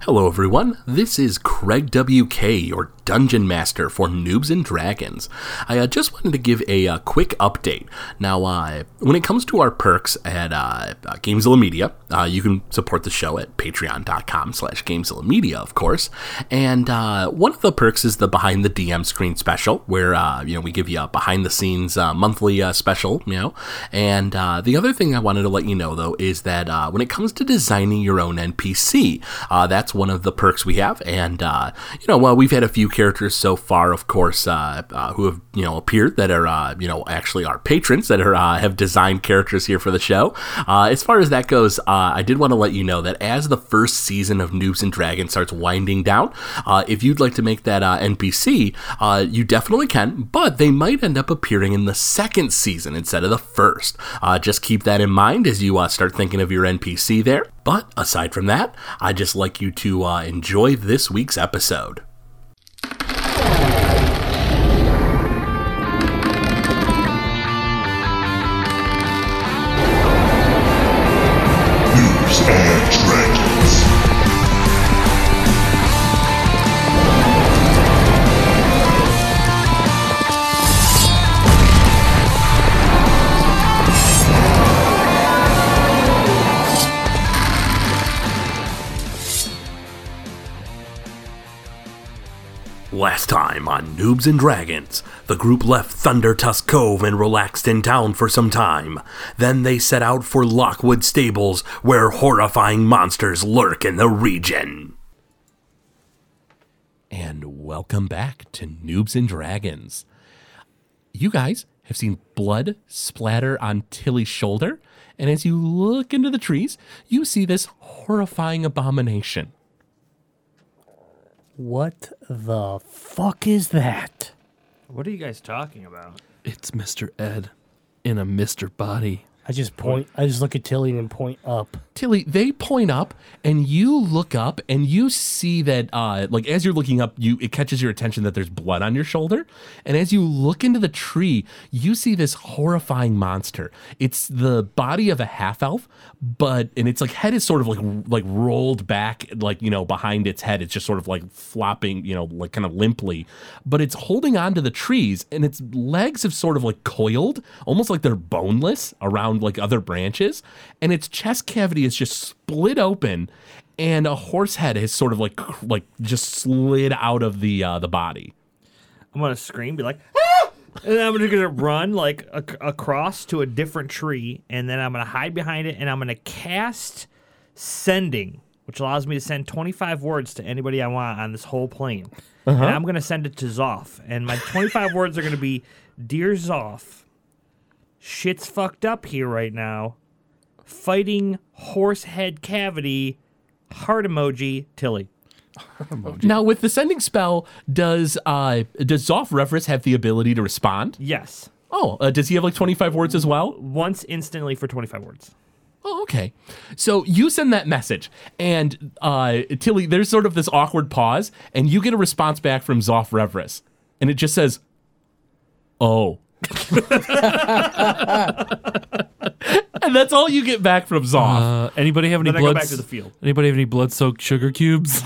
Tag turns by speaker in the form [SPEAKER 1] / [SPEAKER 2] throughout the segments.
[SPEAKER 1] Hello, everyone. This is Craig WK, your dungeon master for Noobs and Dragons. I uh, just wanted to give a uh, quick update. Now, uh, when it comes to our perks at uh, uh, Gamezilla Media, uh, you can support the show at Patreon.com/slash Gamezilla Media, of course. And uh, one of the perks is the behind the DM screen special, where uh, you know we give you a behind-the-scenes uh, monthly uh, special. You know, and uh, the other thing I wanted to let you know though is that uh, when it comes to designing your own NPC, uh, that's one of the perks we have. And uh, you know, well, we've had a few characters so far, of course, uh, uh, who have you know appeared that are uh, you know actually our patrons that are uh, have designed characters here for the show. Uh, as far as that goes, uh, I did want to let you know that as the first season of Noobs and Dragons starts winding down, uh, if you'd like to make that uh, NPC, uh, you definitely can. But they might end up appearing in the second season instead of the first. Uh, just keep that in mind as you uh, start thinking of your NPC there. But aside from that, I'd just like you to uh, enjoy this week's episode.
[SPEAKER 2] News and Dragons.
[SPEAKER 1] Last time on Noobs and Dragons, the group left Thundertusk Cove and relaxed in town for some time. Then they set out for Lockwood Stables, where horrifying monsters lurk in the region. And welcome back to Noobs and Dragons. You guys have seen blood splatter on Tilly's shoulder, and as you look into the trees, you see this horrifying abomination.
[SPEAKER 3] What the fuck is that?
[SPEAKER 4] What are you guys talking about?
[SPEAKER 5] It's Mr. Ed in a Mr. Body.
[SPEAKER 3] I just point. I just look at Tilly and point up.
[SPEAKER 1] Tilly, they point up and you look up and you see that uh like as you're looking up, you it catches your attention that there's blood on your shoulder. And as you look into the tree, you see this horrifying monster. It's the body of a half elf, but and its like head is sort of like like rolled back, like you know, behind its head. It's just sort of like flopping, you know, like kind of limply. But it's holding on to the trees and its legs have sort of like coiled, almost like they're boneless around like other branches. And its chest cavity is just split open and a horse head has sort of like cr- like just slid out of the uh, the body.
[SPEAKER 4] I'm gonna scream, be like, ah! and then I'm just gonna run like ac- across to a different tree, and then I'm gonna hide behind it, and I'm gonna cast sending, which allows me to send 25 words to anybody I want on this whole plane. And I'm gonna send it to Zoff, and my 25 words are gonna be, "Dear Zoff, shit's fucked up here right now. Fighting horse head cavity, heart emoji, Tilly."
[SPEAKER 1] Now with the sending spell, does uh does Zoff Referus have the ability to respond?
[SPEAKER 4] Yes,
[SPEAKER 1] Oh, uh, does he have like 25 words as well?
[SPEAKER 4] once instantly for 25 words.
[SPEAKER 1] Oh, okay. So you send that message, and uh, Tilly, there's sort of this awkward pause, and you get a response back from Zoff Reverus, and it just says, "Oh." and that's all you get back from Zoff.
[SPEAKER 5] Uh, anybody have any
[SPEAKER 4] Then I go
[SPEAKER 5] blood?
[SPEAKER 4] back to the field.
[SPEAKER 5] Anybody have any blood-soaked sugar cubes?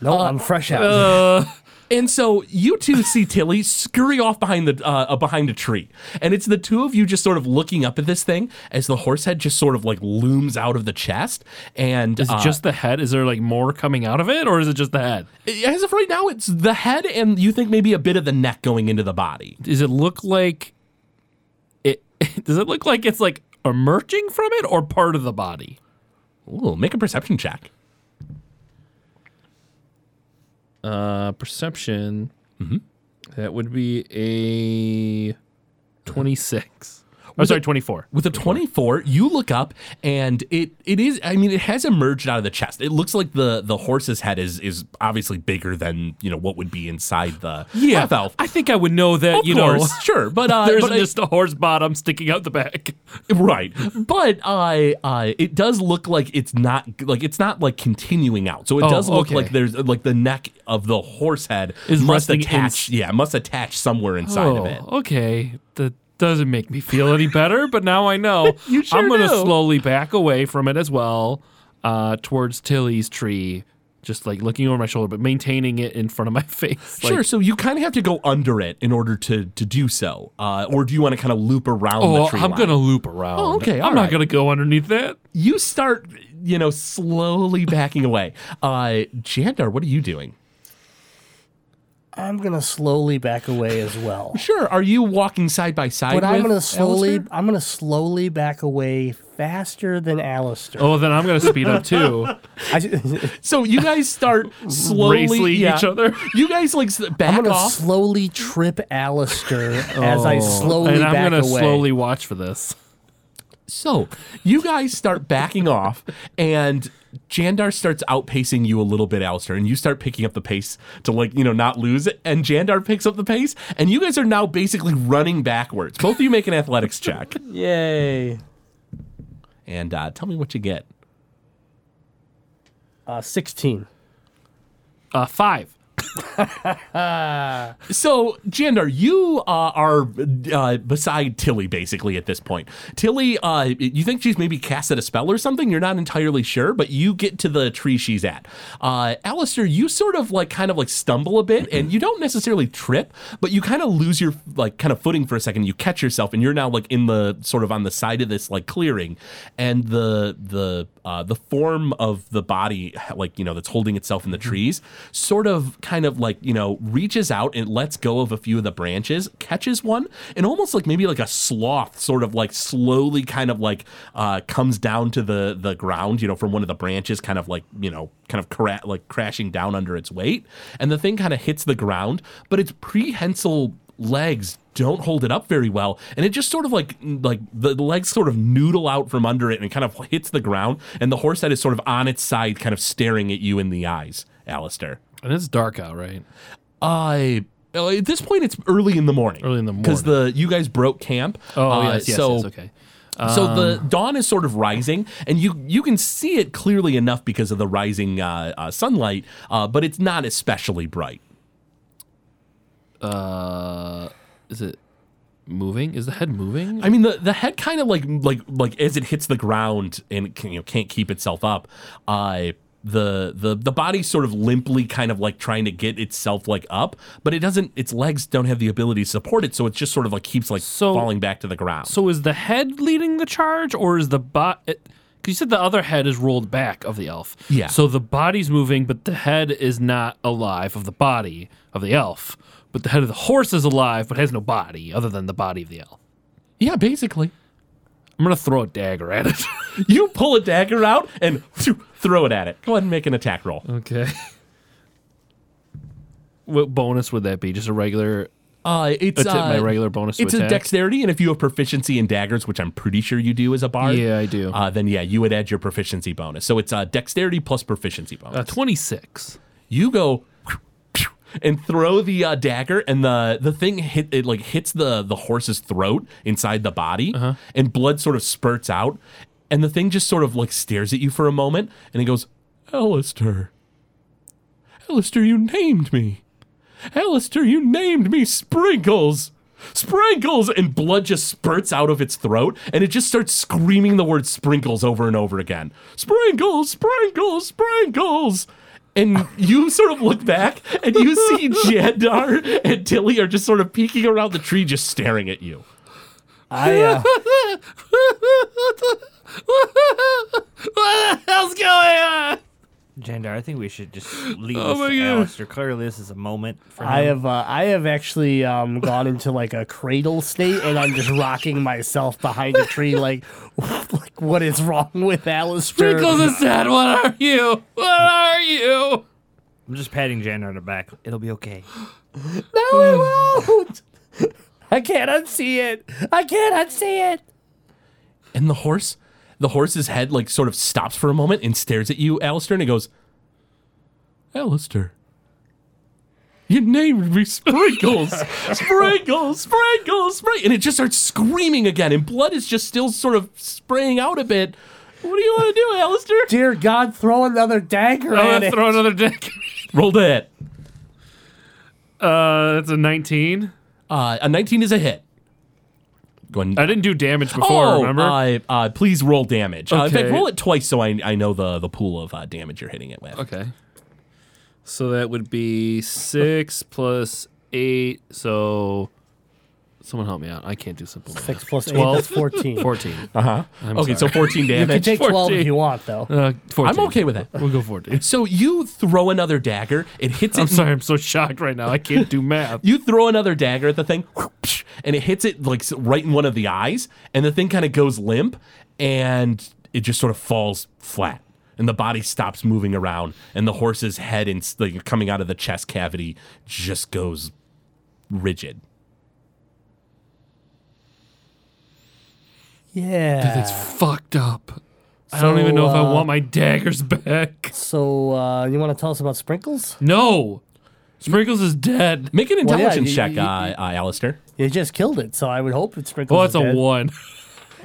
[SPEAKER 3] No, I'm fresh out.
[SPEAKER 1] And so you two see Tilly scurry off behind the uh, uh, behind a tree, and it's the two of you just sort of looking up at this thing as the horse head just sort of like looms out of the chest. And
[SPEAKER 5] Is it
[SPEAKER 1] uh,
[SPEAKER 5] just the head? Is there like more coming out of it, or is it just the head?
[SPEAKER 1] as of right now, it's the head, and you think maybe a bit of the neck going into the body.
[SPEAKER 5] Does it look like it? Does it look like it's like emerging from it, or part of the body?
[SPEAKER 1] Ooh, make a perception check.
[SPEAKER 5] Uh, perception. That would be a twenty-six.
[SPEAKER 4] Oh,
[SPEAKER 5] I'm sorry, twenty-four.
[SPEAKER 1] With a 24, you look up and it it is I mean it has emerged out of the chest. It looks like the the horse's head is is obviously bigger than, you know, what would be inside the half elf.
[SPEAKER 5] I think I would know that.
[SPEAKER 1] Of
[SPEAKER 5] you
[SPEAKER 1] course,
[SPEAKER 5] know,
[SPEAKER 1] sure, but uh,
[SPEAKER 5] there
[SPEAKER 1] but
[SPEAKER 5] isn't
[SPEAKER 1] I-
[SPEAKER 5] just a horse bottom sticking out the back.
[SPEAKER 1] right but i i it does look like it's not like it's not like continuing out so it
[SPEAKER 5] Oh,
[SPEAKER 1] does look
[SPEAKER 5] okay.
[SPEAKER 1] like there's like the neck of the horse head
[SPEAKER 5] Is
[SPEAKER 1] must
[SPEAKER 5] resting in-
[SPEAKER 1] attach yeah must attach somewhere inside of it
[SPEAKER 5] Oh, Okay, that doesn't make me feel any better, but now I know.
[SPEAKER 1] You sure
[SPEAKER 5] I'm gonna
[SPEAKER 1] do.
[SPEAKER 5] slowly back away from it as well. uh, towards Tilly's tree, just like looking over my shoulder, but maintaining it in front of my face.
[SPEAKER 1] Sure.
[SPEAKER 5] Like,
[SPEAKER 1] so you kind of have to go under it in order to to do so, uh, or do you want to kind of loop around
[SPEAKER 5] Oh,
[SPEAKER 1] the tree?
[SPEAKER 5] I'm
[SPEAKER 1] line?
[SPEAKER 5] gonna loop around.
[SPEAKER 1] Oh, okay, all
[SPEAKER 5] I'm not
[SPEAKER 1] right.
[SPEAKER 5] gonna go underneath that.
[SPEAKER 1] You start, you know, slowly backing away. Uh, Jandar, what are you doing?
[SPEAKER 3] I'm gonna slowly back away as well.
[SPEAKER 1] Sure. Are you walking side by side?
[SPEAKER 3] But
[SPEAKER 1] with
[SPEAKER 3] I'm gonna slowly,
[SPEAKER 1] Alistair?
[SPEAKER 3] I'm gonna slowly back away faster than Alistair.
[SPEAKER 5] Oh, then I'm gonna speed up too.
[SPEAKER 3] I, am
[SPEAKER 1] So you guys start slowly
[SPEAKER 5] Racely
[SPEAKER 1] yeah.
[SPEAKER 5] each other.
[SPEAKER 1] You guys like s- back
[SPEAKER 3] gonna
[SPEAKER 1] off.
[SPEAKER 3] slowly trip Alistair as I slowly
[SPEAKER 5] and I'm
[SPEAKER 3] back
[SPEAKER 5] gonna
[SPEAKER 3] away.
[SPEAKER 5] slowly watch for this.
[SPEAKER 1] So you guys start backing off, and Jandar starts outpacing you a little bit, Alistair, and you start picking up the pace to like you know not lose it. And Jandar picks up the pace, and you guys are now basically running backwards. Both of you make an athletics check,
[SPEAKER 3] Yay!
[SPEAKER 1] and uh, tell me what you get.
[SPEAKER 3] Uh, Sixteen.
[SPEAKER 5] Uh, five.
[SPEAKER 1] So, Jandar, you uh, are uh, beside Tilly basically at this point. Tilly, uh, you think she's maybe casted a spell or something? You're not entirely sure, but you get to the tree she's at. Uh, Alistair, you sort of like kind of like stumble a bit and you don't necessarily trip, but you kind of lose your like kind of footing for a second. You catch yourself and you're now like in the sort of on the side of this like clearing and the, the, uh, the form of the body, like, you know, that's holding itself in the trees, sort of kind of like, you know, reaches out and lets go of a few of the branches, catches one, and almost like maybe like a sloth, sort of like slowly kind of like uh, comes down to the, the ground, you know, from one of the branches, kind of like, you know, kind of cra- like crashing down under its weight. And the thing kind of hits the ground, but its prehensile legs don't hold it up very well and it just sort of like like the the legs sort of noodle out from under it and it kind of hits the ground and the horse head is sort of on its side kind of staring at you in the eyes Alistair.
[SPEAKER 5] And it's dark out, right?
[SPEAKER 1] I uh, at this point it's early in the morning
[SPEAKER 5] Early in the
[SPEAKER 1] because the you guys broke camp
[SPEAKER 5] Oh,
[SPEAKER 1] Uh,
[SPEAKER 5] yes, yes,
[SPEAKER 1] so
[SPEAKER 5] yes. Okay. Um,
[SPEAKER 1] so the dawn is sort of rising, and you you can see it clearly enough because of the rising uh, uh, sunlight, uh, but it's not especially bright.
[SPEAKER 5] Uh, is it moving? Is the head moving?
[SPEAKER 1] I mean, the, the head kind of like like like as it hits the ground and it can, you know, can't keep itself up. Uh, the the the body sort of limply kind of like trying to get itself like up, but it doesn't. Its legs don't have the ability to support it, so it just sort of like keeps like
[SPEAKER 5] So-
[SPEAKER 1] falling back to the ground.
[SPEAKER 5] so is the head leading the charge, or is the bot? Because you said the other head is rolled back of the elf.
[SPEAKER 1] Yeah.
[SPEAKER 5] So the body's moving, but the head is not alive of the body of the elf. But the head of the horse is alive, but has no body other than the body of the elf.
[SPEAKER 1] yeah, basically,
[SPEAKER 5] I'm gonna throw a dagger at it.
[SPEAKER 1] you pull a dagger out and throw it at it. Go ahead and make an attack roll.
[SPEAKER 5] okay. What bonus would that be? Just a regular,
[SPEAKER 1] Uh, it's
[SPEAKER 5] a tip, my
[SPEAKER 1] uh,
[SPEAKER 5] regular bonus. to
[SPEAKER 1] It's a
[SPEAKER 5] attack?
[SPEAKER 1] dexterity, and if you have proficiency in daggers, which I'm pretty sure you do as a bard,
[SPEAKER 5] Yeah, I do.
[SPEAKER 1] Uh, then yeah, you would add your proficiency bonus. So it's uh, dexterity plus proficiency bonus.
[SPEAKER 5] Uh, 26.
[SPEAKER 1] you go and throw the uh, dagger, and the the thing hit it like hits the the horse's throat inside the body, and blood sort of spurts out, and the thing just sort of like stares at you for a moment, and it goes, Alistair, Alistair, you named me, Alistair, you named me Sprinkles. Sprinkles and blood just spurts out of its throat and it just starts screaming the word sprinkles over and over again. Sprinkles, sprinkles, sprinkles. And you sort of look back and you see Jandar and Tilly are just sort of peeking around the tree, just staring at you.
[SPEAKER 3] I uh,
[SPEAKER 5] what the hell's going on?
[SPEAKER 4] Jandar, I think we should just leave
[SPEAKER 5] Oh
[SPEAKER 4] this
[SPEAKER 5] my
[SPEAKER 4] to
[SPEAKER 5] God.
[SPEAKER 4] Alistair. Clearly, this is a moment for him.
[SPEAKER 5] Um,
[SPEAKER 3] I have uh, I have actually um, gone into like a cradle state, and I'm just rocking myself behind a tree, like like what is wrong with Alistair?
[SPEAKER 5] Sprinkles is dead. What are you? What are you?
[SPEAKER 4] I'm just patting Jandar on the back. It'll be okay.
[SPEAKER 3] no, it won't. I can't unsee it. I can't unsee it.
[SPEAKER 1] And the horse, the horse's head like sort of stops for a moment and stares at you, Alistair, and it goes, Alistair, you named me Sprinkles, Sprinkles, Sprinkles, Sprinkles. And it just starts screaming again, and blood is just still sort of spraying out a bit. What do you want to do, Alistair?
[SPEAKER 3] Dear God, throw another dagger
[SPEAKER 5] I'm
[SPEAKER 3] at
[SPEAKER 5] gonna
[SPEAKER 3] it.
[SPEAKER 5] throw another dick.
[SPEAKER 1] Roll to hit.
[SPEAKER 5] Uh, that's a 19.
[SPEAKER 1] Uh, a 19 is a hit. go ahead and
[SPEAKER 5] I didn't do damage before,
[SPEAKER 1] oh,
[SPEAKER 5] remember?
[SPEAKER 1] Uh, uh, please roll damage. Uh, in fact,
[SPEAKER 5] Okay.
[SPEAKER 1] roll it twice so I, I know the, the pool of uh, damage you're hitting it with.
[SPEAKER 5] okay. So that would be six plus eight. So someone help me out. I can't do simple math.
[SPEAKER 3] Six plus eight,
[SPEAKER 5] 12.
[SPEAKER 3] that's 14.
[SPEAKER 5] 14.
[SPEAKER 1] Uh-huh. Okay, so 14
[SPEAKER 3] You can
[SPEAKER 1] damage.
[SPEAKER 3] take 12 if
[SPEAKER 5] 14.
[SPEAKER 3] you want, though.
[SPEAKER 5] Uh, 14.
[SPEAKER 1] I'm okay with that.
[SPEAKER 5] We'll go 14.
[SPEAKER 1] So you throw another dagger. It hits it.
[SPEAKER 5] I'm sorry. I'm so shocked right now. I can't do math.
[SPEAKER 1] You throw another dagger at the thing, whoosh, and it hits it like s- right in one of the eyes, and the thing kind of goes limp, and it just sort of falls flat, and the body stops moving around, and the horse's head and s- like, coming out of the chest cavity just goes rigid.
[SPEAKER 3] Yeah.
[SPEAKER 5] It's fucked up. I don't even know if I
[SPEAKER 3] uh,
[SPEAKER 5] want my daggers back.
[SPEAKER 3] So, uh, you want to tell us about sprinkles?
[SPEAKER 5] No. Sprinkles is dead.
[SPEAKER 1] Make an
[SPEAKER 3] Well, yeah,
[SPEAKER 1] intelligence
[SPEAKER 3] you-
[SPEAKER 1] check,
[SPEAKER 3] you-
[SPEAKER 1] uh, uh, Alistair.
[SPEAKER 3] You just killed it, so I would hope it's sprinkles.
[SPEAKER 5] Oh,
[SPEAKER 3] is
[SPEAKER 5] it's a
[SPEAKER 3] dead.
[SPEAKER 5] one.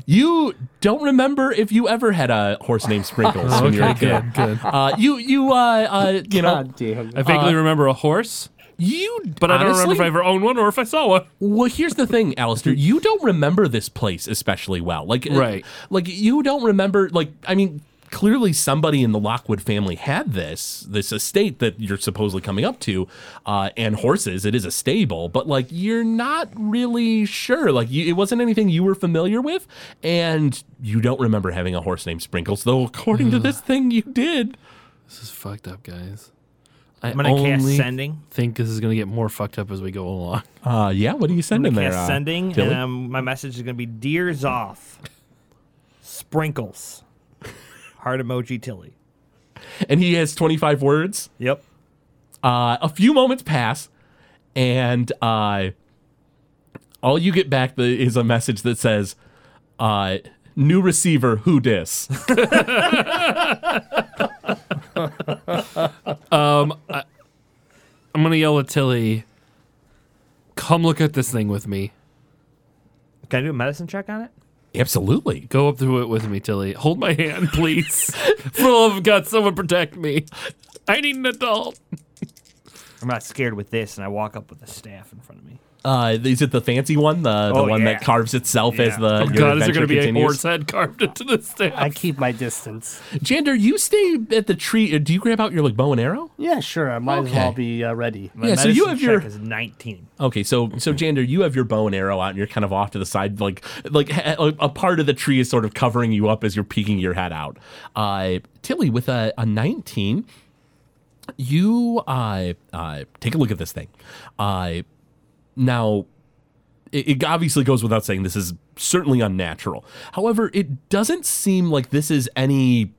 [SPEAKER 1] You don't remember if you ever had a horse named Sprinkles when you were a kid.
[SPEAKER 5] good, Oh, good.
[SPEAKER 1] Uh, you, you, uh, uh, you know,
[SPEAKER 3] God damn.
[SPEAKER 5] I vaguely remember a horse,
[SPEAKER 1] you.
[SPEAKER 5] but I don't remember if
[SPEAKER 1] Uh, honestly-
[SPEAKER 5] I ever owned one or if I saw one.
[SPEAKER 1] Well, here's the thing, Alistair. You don't remember this place especially well. Like, uh,
[SPEAKER 5] Right.
[SPEAKER 1] Like you don't remember. Like, I mean, clearly somebody in the Lockwood family had this this estate that you're supposedly coming up to, uh, and horses. It is a stable, but like you're not really sure. Like, you, it wasn't anything you were familiar with, and you don't remember having a horse named Sprinkles. Though, according to this thing, you did.
[SPEAKER 5] This is fucked up, guys. I
[SPEAKER 4] I'm gonna cast
[SPEAKER 5] only
[SPEAKER 4] sending.
[SPEAKER 5] think this is gonna get more fucked up as we go along.
[SPEAKER 1] Uh, yeah. What are you
[SPEAKER 4] I'm
[SPEAKER 1] sending
[SPEAKER 4] gonna
[SPEAKER 1] there?
[SPEAKER 4] cast
[SPEAKER 1] uh,
[SPEAKER 4] sending,
[SPEAKER 1] Tilly?
[SPEAKER 4] and um, my message is gonna be "Deers off, sprinkles." Heart emoji Tilly.
[SPEAKER 1] and he has 25 words.
[SPEAKER 4] Yep.
[SPEAKER 1] Uh, a few moments pass, and uh, all you get back the, is a message that says, uh, "New receiver, who dis?"
[SPEAKER 5] I'm gonna yell at Tilly. Come look at this thing with me.
[SPEAKER 4] Can I do a medicine check on it?
[SPEAKER 1] Absolutely.
[SPEAKER 5] Go up to it with me, Tilly. Hold my hand, please. For the love of God, someone protect me. I need an adult.
[SPEAKER 4] I'm not scared with this, and I walk up with a staff in front of me.
[SPEAKER 1] Uh, is it the fancy one, the, the
[SPEAKER 4] Oh,
[SPEAKER 1] one
[SPEAKER 4] yeah.
[SPEAKER 1] that carves itself as
[SPEAKER 4] Yeah.
[SPEAKER 1] the
[SPEAKER 5] Oh
[SPEAKER 1] your
[SPEAKER 5] God, is there
[SPEAKER 1] adventure
[SPEAKER 5] gonna be
[SPEAKER 1] continues?
[SPEAKER 5] a horse head carved into the
[SPEAKER 3] I
[SPEAKER 5] staff?
[SPEAKER 3] keep my distance.
[SPEAKER 1] Jander, you stay at the tree. uh, Do you grab out your like bow and arrow?
[SPEAKER 3] Yeah, sure. I might as well
[SPEAKER 1] Okay.
[SPEAKER 3] be uh, ready.
[SPEAKER 4] My
[SPEAKER 1] Yeah, so you
[SPEAKER 4] medicine
[SPEAKER 1] have your-
[SPEAKER 4] check is 19.
[SPEAKER 1] Okay, so so Jander, you have your bow and arrow out, and you're kind of off to the side, like like ha- a a part of the tree is sort of covering you up as you're peeking your head out. Uh, Tilly, with a, a 19, you uh, uh, take a look at this thing. Uh, now, it, it obviously goes without saying this is certainly unnatural. However, it doesn't seem like this is any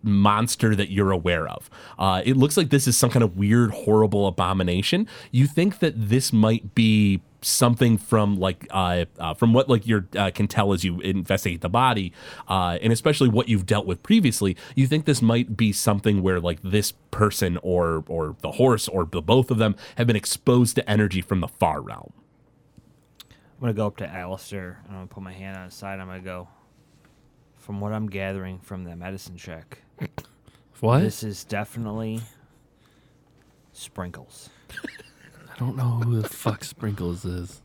[SPEAKER 1] monster that you're aware of. Uh, it looks like this is some kind of weird, horrible abomination. You think that this might be something from like uh, uh, from what like your uh, can tell as you investigate the body uh, and especially what you've dealt with previously you think this might be something where like this person or or the horse or the both of them have been exposed to energy from the far realm
[SPEAKER 4] I'm gonna go up to Alistair. and I'm gonna put my hand on his side. I'm gonna go. From what I'm gathering from the medicine check,
[SPEAKER 5] What?
[SPEAKER 4] this is definitely sprinkles.
[SPEAKER 5] I don't know who the fuck Sprinkles is.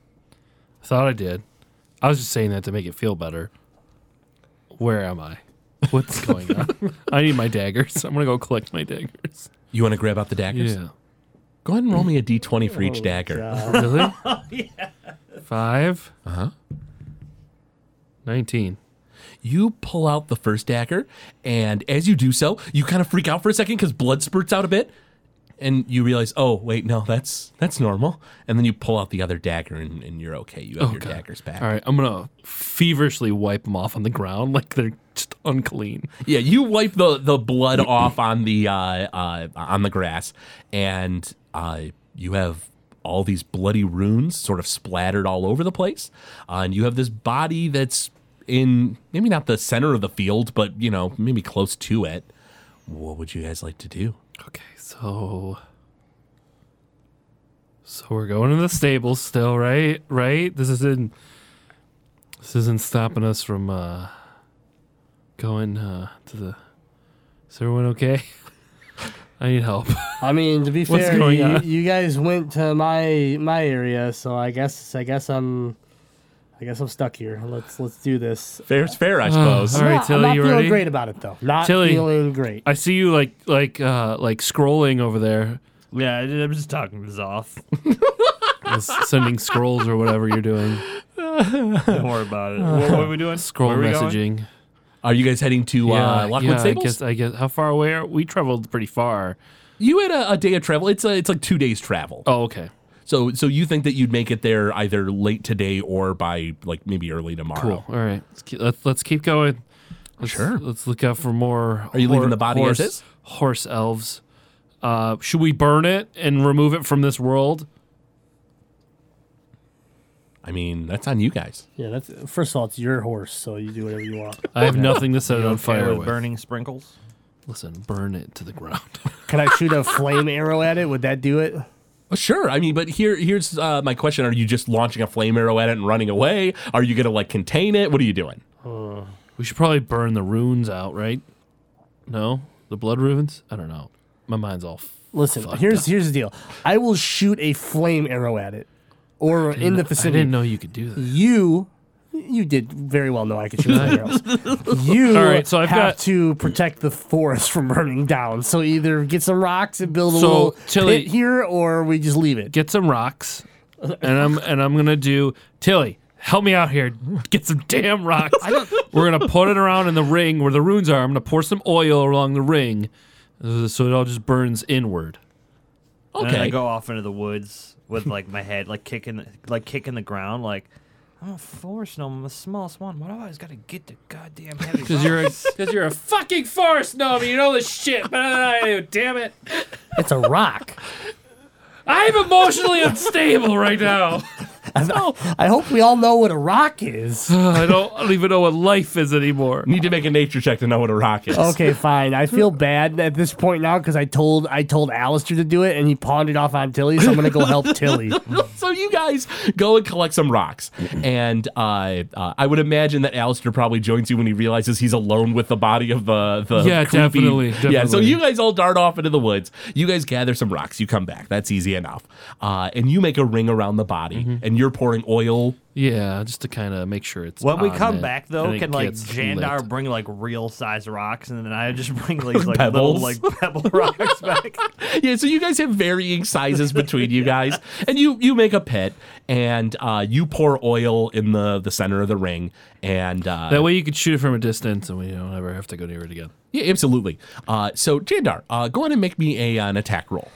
[SPEAKER 5] I thought I did. I was just saying that to make it feel better. Where am I? What's going on? I need my daggers. I'm gonna go collect my daggers.
[SPEAKER 1] You want to grab out the daggers?
[SPEAKER 5] Yeah.
[SPEAKER 1] Go ahead and roll me a d20 for each dagger.
[SPEAKER 5] Really? Five. Uh huh. Nineteen.
[SPEAKER 1] You pull out the first dagger, and as you do so, you kind of freak out for a second because blood spurts out a bit, and you realize, oh wait, no, that's that's normal. And then you pull out the other dagger, and, and you're okay. You have your
[SPEAKER 5] God.
[SPEAKER 1] daggers back.
[SPEAKER 5] All right. I'm gonna feverishly wipe them off on the ground like they're just unclean.
[SPEAKER 1] Yeah, you wipe the the blood off on the uh, uh, on the grass, and uh, you have all these bloody runes sort of splattered all over the place, uh, and you have this body that's in maybe not the center of the field, but you know maybe close to it. What would you guys like to do?
[SPEAKER 5] Okay. So. So we're going to the stables still, right? Right. This isn't. This isn't stopping us from uh, going uh, to the. Is everyone okay? I need help.
[SPEAKER 3] I mean, to be
[SPEAKER 5] What's
[SPEAKER 3] fair,
[SPEAKER 5] going
[SPEAKER 3] you,
[SPEAKER 5] on?
[SPEAKER 3] you guys went to my my area, so I guess I guess I'm I guess I'm stuck here. Let's let's do this.
[SPEAKER 1] Fair's fair, I suppose.
[SPEAKER 5] Uh, All right,
[SPEAKER 3] Not- I'm
[SPEAKER 5] Tilly,
[SPEAKER 3] not
[SPEAKER 5] you
[SPEAKER 3] feeling
[SPEAKER 5] ready?
[SPEAKER 3] great about it though. Not
[SPEAKER 5] Tilly.
[SPEAKER 3] feeling great.
[SPEAKER 5] I see you like like uh like scrolling over there,
[SPEAKER 4] Yeah, I- I'm just talking this off.
[SPEAKER 5] s- sending scrolls or whatever you're doing,
[SPEAKER 4] Don't worry about it. What, what are we doing?
[SPEAKER 5] scroll
[SPEAKER 4] Where are we going?
[SPEAKER 5] messaging.
[SPEAKER 1] Are you guys heading to uh, Lockwood
[SPEAKER 5] yeah, I
[SPEAKER 1] Stables?
[SPEAKER 5] guess I guess how far away are we traveled pretty far.
[SPEAKER 1] You had a, a day of travel. It's a, it's like two days travel.
[SPEAKER 5] Oh, okay.
[SPEAKER 1] So so you think that you'd make it there either late today or by like maybe early tomorrow?
[SPEAKER 5] Cool. All right. Let's keep, let's, let's keep going. Let's,
[SPEAKER 1] Sure.
[SPEAKER 5] Let's look out for more.
[SPEAKER 1] Are you leaving the body as
[SPEAKER 5] horse,
[SPEAKER 1] is?
[SPEAKER 5] Horse elves. Uh, should we burn it and remove it from this world?
[SPEAKER 1] I mean, that's on you guys.
[SPEAKER 3] Yeah, that's first of all, it's your horse, so you do whatever you want.
[SPEAKER 5] I have nothing to set it on
[SPEAKER 4] Okay,
[SPEAKER 5] fire
[SPEAKER 4] with
[SPEAKER 5] with.
[SPEAKER 4] burning sprinkles.
[SPEAKER 5] Listen, burn it to the ground.
[SPEAKER 3] Can I shoot a flame arrow at it? Would that do it?
[SPEAKER 1] Well, Sure. I mean, but here here's uh, my question: Are you just launching a flame arrow at it and running away? Are you gonna like contain it? What are you doing?
[SPEAKER 5] we should probably burn the runes out, right? No, the blood runes. I don't know. My mind's all. f-
[SPEAKER 3] Listen,
[SPEAKER 5] fucked
[SPEAKER 3] here's
[SPEAKER 5] up.
[SPEAKER 3] here's the deal. I will shoot a flame arrow at it, or in the
[SPEAKER 5] I didn't
[SPEAKER 3] vicinity.
[SPEAKER 5] know you could do that.
[SPEAKER 3] You, you did very well. know I could shoot flame arrows. You
[SPEAKER 5] All right, so I've
[SPEAKER 3] have
[SPEAKER 5] got-
[SPEAKER 3] to protect the forest from burning down. So either get some rocks and build a
[SPEAKER 5] So,
[SPEAKER 3] little
[SPEAKER 5] Tilly-
[SPEAKER 3] pit here, or we just leave it.
[SPEAKER 5] Get some rocks, and I'm and I'm gonna do Tilly. Help me out here. Get some damn rocks. We're gonna put it around in the ring where the runes are. I'm gonna pour some oil along the ring, uh, so it all just burns inward.
[SPEAKER 4] And then I
[SPEAKER 1] Okay.
[SPEAKER 4] go off into the woods with like my head like kicking the- like kicking the ground like I'm a forest gnome, I'm the smallest one. Why do I always gotta get the goddamn heavy?
[SPEAKER 5] Because you're a because you're a fucking forest gnome. You know this shit better than I do. Damn it.
[SPEAKER 3] It's a rock.
[SPEAKER 5] I'm emotionally unstable right now.
[SPEAKER 3] I hope we all know what a rock is.
[SPEAKER 5] I don't, I don't even know what life is anymore.
[SPEAKER 1] Need to make a nature check to know what a rock is.
[SPEAKER 5] Oh.
[SPEAKER 3] Okay, fine. I feel bad at this point now because I told I told Alistair to do it and he pawned it off on Tilly, so I'm gonna go help Tilly.
[SPEAKER 1] so you guys go and collect some rocks, and uh, uh, I would imagine that Alistair probably joins you when he realizes he's alone with the body of the the
[SPEAKER 5] Yeah,
[SPEAKER 1] creepy-
[SPEAKER 5] definitely,
[SPEAKER 1] yeah. So
[SPEAKER 5] definitely.
[SPEAKER 1] you guys all dart off into the woods. You guys gather some rocks. You come back. That's easy enough. Uh, and you make a ring around the body,
[SPEAKER 5] Mm-hmm.
[SPEAKER 1] and you're pouring oil.
[SPEAKER 5] Yeah, just to kind of make sure it's.
[SPEAKER 4] when we
[SPEAKER 5] on
[SPEAKER 4] come
[SPEAKER 5] it
[SPEAKER 4] back though,
[SPEAKER 5] and it
[SPEAKER 4] can like
[SPEAKER 5] gets
[SPEAKER 4] Jandar
[SPEAKER 5] lit.
[SPEAKER 4] bring like real size rocks and then I just bring these like little
[SPEAKER 1] Pebbles.
[SPEAKER 4] like pebble rocks back.
[SPEAKER 1] Yeah. So you guys have varying sizes between you guys, and you you make a pit, and uh, you pour oil in the the center of the ring, and uh,
[SPEAKER 5] That way you could shoot it from a distance, and we don't ever have to go near it again.
[SPEAKER 1] yeah, absolutely. Uh, so Jandar, uh, go on and make me a uh, an attack roll.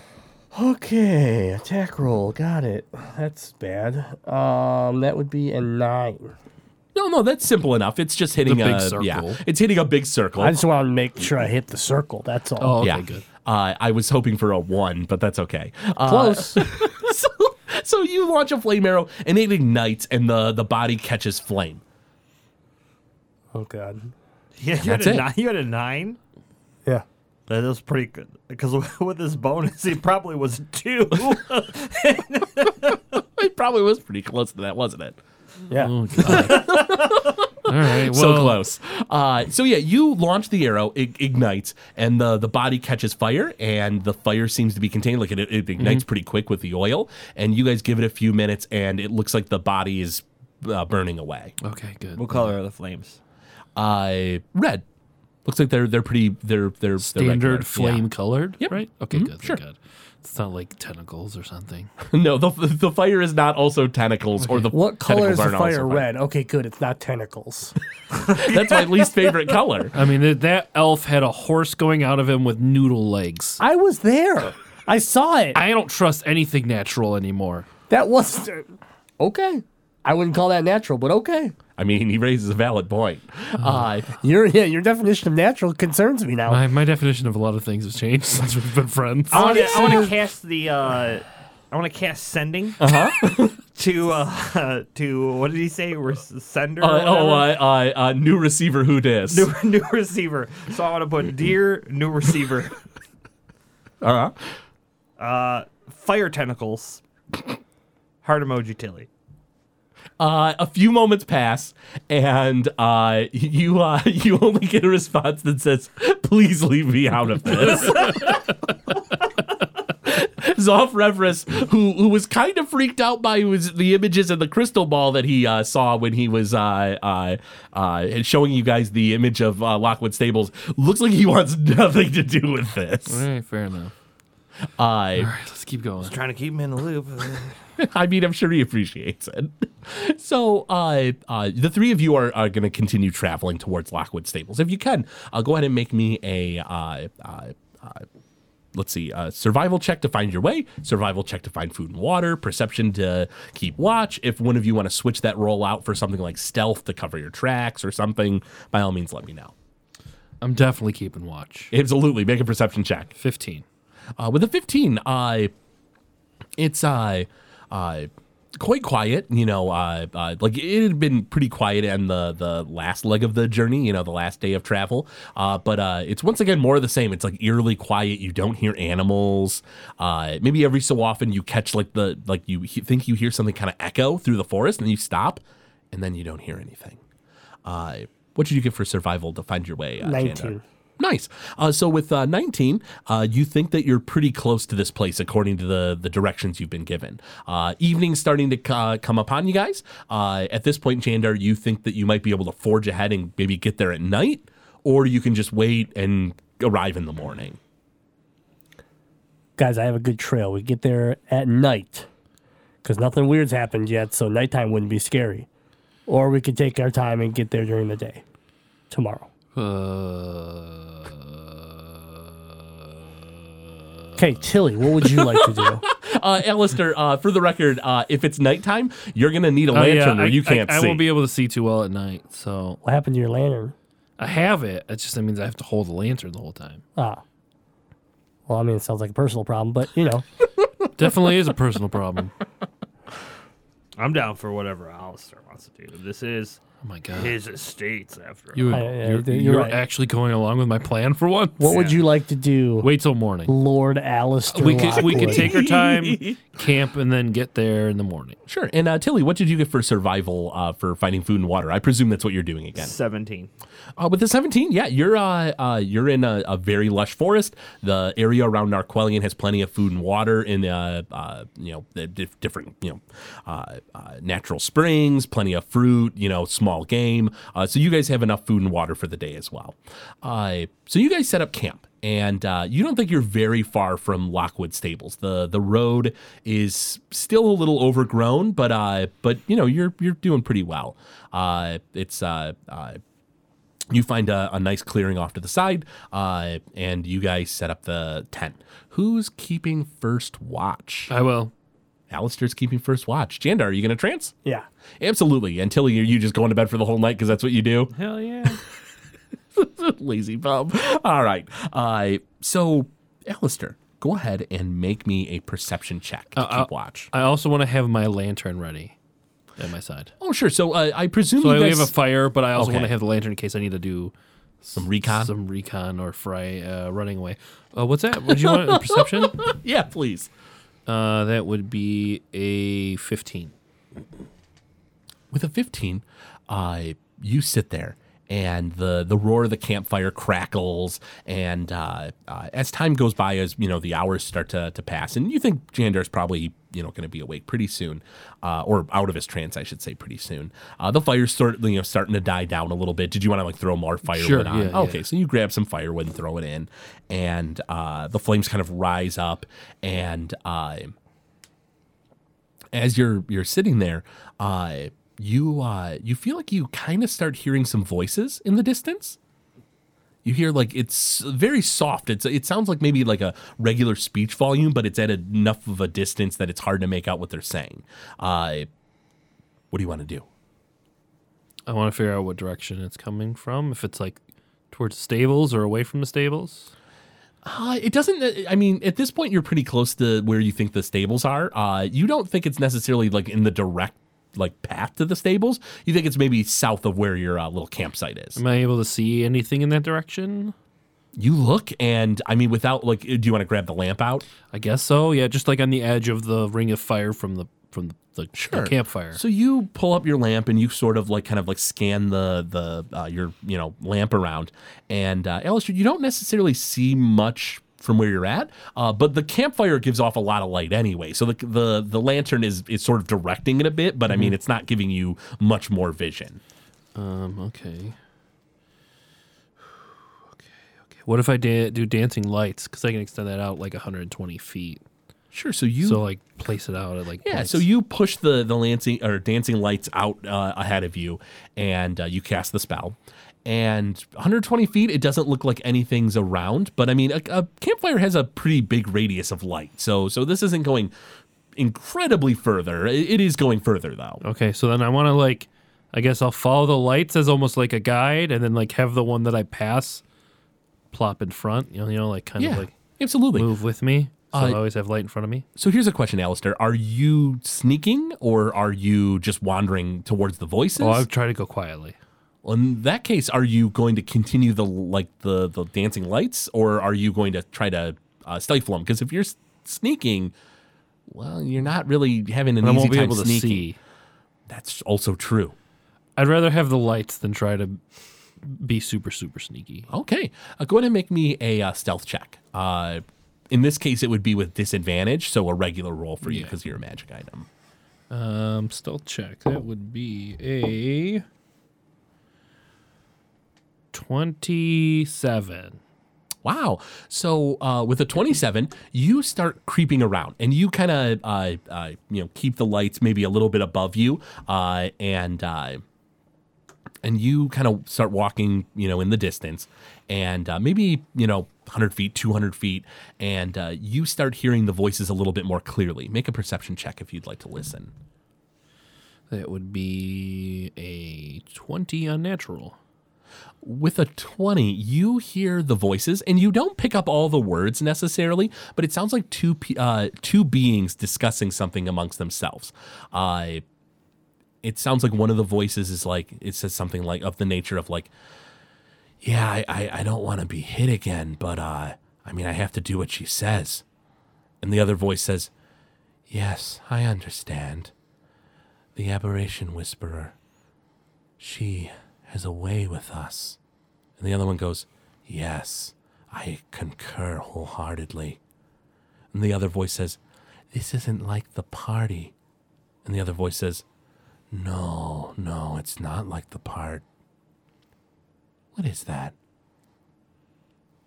[SPEAKER 3] Okay, attack roll, got it. That's bad. Um, that would be a nine.
[SPEAKER 1] No, no, that's simple enough. It's just hitting
[SPEAKER 5] The big
[SPEAKER 1] a
[SPEAKER 5] circle.
[SPEAKER 1] yeah. It's hitting a big circle.
[SPEAKER 3] I just want to make sure I hit the circle. That's
[SPEAKER 5] Oh,
[SPEAKER 3] all.
[SPEAKER 5] okay,
[SPEAKER 1] yeah,
[SPEAKER 5] good.
[SPEAKER 1] Uh, I was hoping for a one, but that's okay. Uh,
[SPEAKER 3] Close.
[SPEAKER 1] so, so you launch a flame arrow, and it ignites, and the the body catches flame.
[SPEAKER 3] oh God.
[SPEAKER 4] Yeah, you had
[SPEAKER 1] That's
[SPEAKER 4] a
[SPEAKER 1] it.
[SPEAKER 4] nine you had a nine?
[SPEAKER 3] Yeah.
[SPEAKER 4] That was pretty good. Because with this bonus, he probably was a two.
[SPEAKER 1] It probably was pretty close to that, wasn't it?
[SPEAKER 3] Yeah.
[SPEAKER 5] Oh, God. All right, well,
[SPEAKER 1] so close. Uh, so yeah, you launch the arrow, it ignites, and the the body catches fire, and the fire seems to be contained. Like it, it ignites pretty quick with the oil, and you guys give it a few minutes, and it looks like the body is uh, burning away.
[SPEAKER 5] Okay, good.
[SPEAKER 4] what color are the flames?
[SPEAKER 1] Uh, red. Looks like they're they're pretty they're they're they're regular.
[SPEAKER 5] Standard flame colored,
[SPEAKER 1] Yep. Mm-hmm.
[SPEAKER 5] right? Okay, good.
[SPEAKER 1] sure.
[SPEAKER 5] Good. It's not like tentacles or something.
[SPEAKER 1] Yeah. No, the the fire is not also tentacles or the
[SPEAKER 3] What color
[SPEAKER 1] tentacles
[SPEAKER 3] is the
[SPEAKER 1] aren't also
[SPEAKER 3] fire? Red. Okay, good. It's not tentacles.
[SPEAKER 1] That's my least favorite color.
[SPEAKER 5] I mean, that- that elf had a horse going out of him with noodle legs.
[SPEAKER 3] I was there. I saw it.
[SPEAKER 5] I don't trust anything natural anymore.
[SPEAKER 3] That was okay. I wouldn't call that natural, but okay.
[SPEAKER 1] I mean, he raises a valid point. Uh,
[SPEAKER 3] Your yeah, your definition of natural concerns me now.
[SPEAKER 1] Oh.
[SPEAKER 5] My, my definition of a lot of things has changed since we've been friends.
[SPEAKER 4] I want to. I want to cast the. Uh, I want to cast sending. Uh huh. to uh, to what did he say? Re- sender. or
[SPEAKER 1] uh, oh,
[SPEAKER 4] whatever?
[SPEAKER 1] uh, uh, uh, new receiver, who dis?
[SPEAKER 4] new, new receiver. So I want to put dear new receiver.
[SPEAKER 1] Uh-huh.
[SPEAKER 4] Uh, fire tentacles. Heart emoji Tilly.
[SPEAKER 1] Uh, a few moments pass, and uh, you uh, you only get a response that says, "Please leave me out of this." is off Reverus, who who was kind of freaked out by was the images of the crystal ball that he uh, saw when he was uh, uh, uh, showing you guys the image of uh, Lockwood Stables. Looks like he wants nothing to do with this.
[SPEAKER 5] All right, fair enough.
[SPEAKER 1] Uh,
[SPEAKER 5] All right, let's keep going.
[SPEAKER 4] Trying to keep him in the loop.
[SPEAKER 1] I mean, I'm sure he appreciates it. So, uh, uh, the three of you are, are going to continue traveling towards Lockwood Stables. If you can, uh, go ahead and make me a, uh, uh, uh, let's see, uh, survival check to find your way, survival check to find food and water, perception to keep watch. If one of you want to switch that roll out for something like stealth to cover your tracks or something, by all means, let me know.
[SPEAKER 5] I'm definitely keeping watch.
[SPEAKER 1] Absolutely, make a perception check.
[SPEAKER 5] 15.
[SPEAKER 1] Uh, with a 15, uh, it's uh, uh, quite quiet. You know, uh, uh, like it had been pretty quiet on the the last leg of the journey. You know, the last day of travel. Uh, but uh, it's once again more of the same. It's like eerily quiet. You don't hear animals. Uh, maybe every so often you catch like the like you he- think you hear something kind of echo through the forest, and you stop, and then you don't hear anything. Uh, what did you get for survival to find your way? Uh, Janda?
[SPEAKER 3] 19.
[SPEAKER 1] Nice. Uh, so with uh, 19, uh, you think that you're pretty close to this place according to the, the directions you've been given. Uh, evening's starting to uh, come upon you guys. Uh, at this point, Jandar, you think that you might be able to forge ahead and maybe get there at night, or you can just wait and arrive in the morning.
[SPEAKER 3] Guys, I have a good trail. We get there at night because nothing weird's happened yet, so nighttime wouldn't be scary. Or we could take our time and get there during the day tomorrow.
[SPEAKER 5] Uh,
[SPEAKER 3] Okay, Tilly, what would you like to do?
[SPEAKER 1] Uh, Alistair, uh, for the record, uh, if it's nighttime, you're going to need a lantern or
[SPEAKER 5] Oh, I,
[SPEAKER 1] you can't
[SPEAKER 5] I,
[SPEAKER 1] see.
[SPEAKER 5] I won't be able to see too well at night, so
[SPEAKER 3] What happened to your lantern?
[SPEAKER 5] I have it. It just that means I have to hold the lantern the whole time.
[SPEAKER 3] Ah. Well, I mean, it sounds like a personal problem, but you know,
[SPEAKER 5] Definitely is a personal problem. Oh
[SPEAKER 4] I'm down for whatever Alistair wants to do. This is
[SPEAKER 5] Oh my god.
[SPEAKER 4] his estates after all.
[SPEAKER 5] You would,
[SPEAKER 3] I- I-
[SPEAKER 5] you're,
[SPEAKER 3] you're
[SPEAKER 5] you're
[SPEAKER 3] right.
[SPEAKER 5] actually going along with my plan for once.
[SPEAKER 3] what would you like to do,
[SPEAKER 5] Wait till morning.
[SPEAKER 3] Lord Alistair?
[SPEAKER 5] We could we could
[SPEAKER 3] Lockwood?
[SPEAKER 5] take our time, camp, and then get there in the morning.
[SPEAKER 1] Sure. And uh, Tilly, what did you get for survival uh, for finding food and water? I presume that's what you're doing again.
[SPEAKER 4] 17.
[SPEAKER 1] Uh, with the 17, yeah, you're uh, uh, you're in a, a very lush forest. The area around Narquelion has plenty of food and water, and uh, uh, you know the dif- different you know uh, uh, natural springs, plenty of fruit, you know, small game. Uh, so you guys have enough food and water for the day as well. Uh, so you guys set up camp, and uh, you don't think you're very far from Lockwood Stables. the The road is still a little overgrown, but uh, but you know you're you're doing pretty well. Uh, it's uh, uh, you find a, a nice clearing off to the side, uh, and you guys set up the tent. Who's keeping first watch?
[SPEAKER 5] I will.
[SPEAKER 1] Alistair's keeping first watch. Jandar, are you going to trance?
[SPEAKER 3] Yeah.
[SPEAKER 1] Absolutely. And Tilly, are you just going to bed for the whole night because that's what you do?
[SPEAKER 4] Hell yeah.
[SPEAKER 1] Lazy bum. All right. Uh, so, Alistair, go ahead and make me a perception check to
[SPEAKER 5] Uh,
[SPEAKER 1] keep watch.
[SPEAKER 5] I also want to have my lantern ready at my side.
[SPEAKER 1] oh, sure. So, uh, I presume
[SPEAKER 5] So
[SPEAKER 1] you
[SPEAKER 5] I
[SPEAKER 1] guys
[SPEAKER 5] have a fire, but I also
[SPEAKER 1] Okay.
[SPEAKER 5] want to have the lantern in case I need to do
[SPEAKER 1] some recon.
[SPEAKER 5] some recon or fry uh, running away. Uh, what's that? Would you want perception?
[SPEAKER 1] yeah, please.
[SPEAKER 5] Uh, that would be a fifteen.
[SPEAKER 1] with a 15 uh, you sit there and the, the roar of the campfire crackles and uh, uh, as time goes by as you know the hours start to, to pass and you think jandar's probably you know going to be awake pretty soon uh, or out of his trance i should say pretty soon uh, the fire's sort you know starting to die down a little bit did you want to like throw more firewood
[SPEAKER 5] Sure,
[SPEAKER 1] on
[SPEAKER 5] yeah, yeah.
[SPEAKER 1] okay so you grab some firewood and throw it in and uh, the flames kind of rise up and uh, as you're you're sitting there, uh, you uh, you feel like you kind of start hearing some voices in the distance. You hear like it's very soft. It's it sounds like maybe like a regular speech volume, but it's at enough of a distance that it's hard to make out what they're saying. Uh, what do you want to do?
[SPEAKER 5] I want to figure out what direction it's coming from. If it's like towards stables or away from the stables.
[SPEAKER 1] Uh, it doesn't. I mean, at this point, you're pretty close to where you think the stables are. Uh, you don't think it's necessarily like in the direct like path to the stables. You think it's maybe south of where your uh, little campsite is.
[SPEAKER 5] Am I able to see anything in that direction?
[SPEAKER 1] You look, and I mean, without like, do you want to grab the lamp out?
[SPEAKER 5] I guess so. Yeah, just like on the edge of the ring of fire from the from the, the, the campfire.
[SPEAKER 1] So you pull up your lamp, and you sort of like, kind of like, scan the the uh, your you know lamp around, and uh, Alistair, you don't necessarily see much from where you're at. Uh, but the campfire gives off a lot of light anyway, so the the, the lantern is is sort of directing it a bit, but I mean it's not giving you much more vision.
[SPEAKER 5] Um, okay. Okay, okay. What if I da- do dancing lights? Because I can extend that out like 120 feet.
[SPEAKER 1] Sure. So you
[SPEAKER 5] So, like, place it out at like.
[SPEAKER 1] Yeah,
[SPEAKER 5] points.
[SPEAKER 1] so you push the the lancing or dancing lights out uh, ahead of you, and uh, you cast the spell. And 120 feet, it doesn't look like anything's around. But I mean, a, a campfire has a pretty big radius of light, so so this isn't going incredibly further. It- it is going further though.
[SPEAKER 5] Okay, so then I want to like, I guess I'll follow the lights as almost like a guide, and then like have the one that I pass plop in front. You know, you know like kind
[SPEAKER 1] Yeah,
[SPEAKER 5] of like
[SPEAKER 1] absolutely.
[SPEAKER 5] move with me. So
[SPEAKER 1] Uh,
[SPEAKER 5] I always have light in front of me.
[SPEAKER 1] So here's a question, Alistair: Are you sneaking or are you just wandering towards the voices?
[SPEAKER 5] Oh, I would try to go quietly.
[SPEAKER 1] Well, in that case, are you going to continue the like the the dancing lights, or are you going to try to uh, stifle them? Because if you're s- sneaking, well, you're not really having an
[SPEAKER 5] And I
[SPEAKER 1] easy
[SPEAKER 5] won't be
[SPEAKER 1] time
[SPEAKER 5] able to
[SPEAKER 1] sneaking.
[SPEAKER 5] see.
[SPEAKER 1] That's also true.
[SPEAKER 5] I'd rather have the lights than try to be super super sneaky.
[SPEAKER 1] Okay, uh, go ahead and make me a uh, stealth check. Uh, in this case, it would be with disadvantage, so a regular roll for you you because you're a magic item.
[SPEAKER 5] Um, stealth check. That would be a twenty-seven.
[SPEAKER 1] Wow. So uh, with a 27, you start creeping around and you kind of, uh, uh, you know, keep the lights maybe a little bit above you uh, and, uh, and you kind of start walking, you know, in the distance and uh, maybe, you know, 100 feet, 200 feet, and uh, you start hearing the voices a little bit more clearly. Make a perception check if you'd like to listen.
[SPEAKER 5] That would be a twenty unnatural.
[SPEAKER 1] with a 20 you hear the voices and you don't pick up all the words necessarily but it sounds like two pe- uh, two beings discussing something amongst themselves uh, it sounds like one of the voices is like it says something like of the nature of like yeah i, I, I don't want to be hit again but uh, i mean i have to do what she says and the other voice says yes i understand the aberration whisperer she has a way with us. And the other one goes, Yes, I concur wholeheartedly. And the other voice says, This isn't like the party. And the other voice says, No, no, it's not like the part. What is that?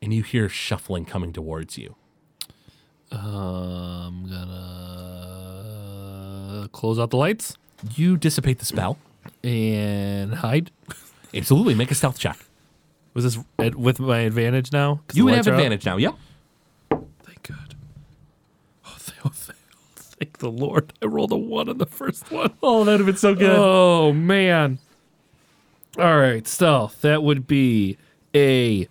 [SPEAKER 1] And you hear shuffling coming towards you.
[SPEAKER 5] I'm gonna Um, uh, close out the lights
[SPEAKER 1] You dissipate the spell.
[SPEAKER 5] and hide.
[SPEAKER 1] Absolutely, make a stealth check.
[SPEAKER 5] Was this at, with my advantage now? 'Cause
[SPEAKER 1] You
[SPEAKER 5] the
[SPEAKER 1] would
[SPEAKER 5] lights
[SPEAKER 1] have
[SPEAKER 5] are out?
[SPEAKER 1] advantage now, yep.
[SPEAKER 5] Thank God. Oh, thank, oh, thank, oh, thank the Lord! I rolled a one on the first one.
[SPEAKER 1] Oh, that would have been so good.
[SPEAKER 5] Oh man! All right, stealth. That would be a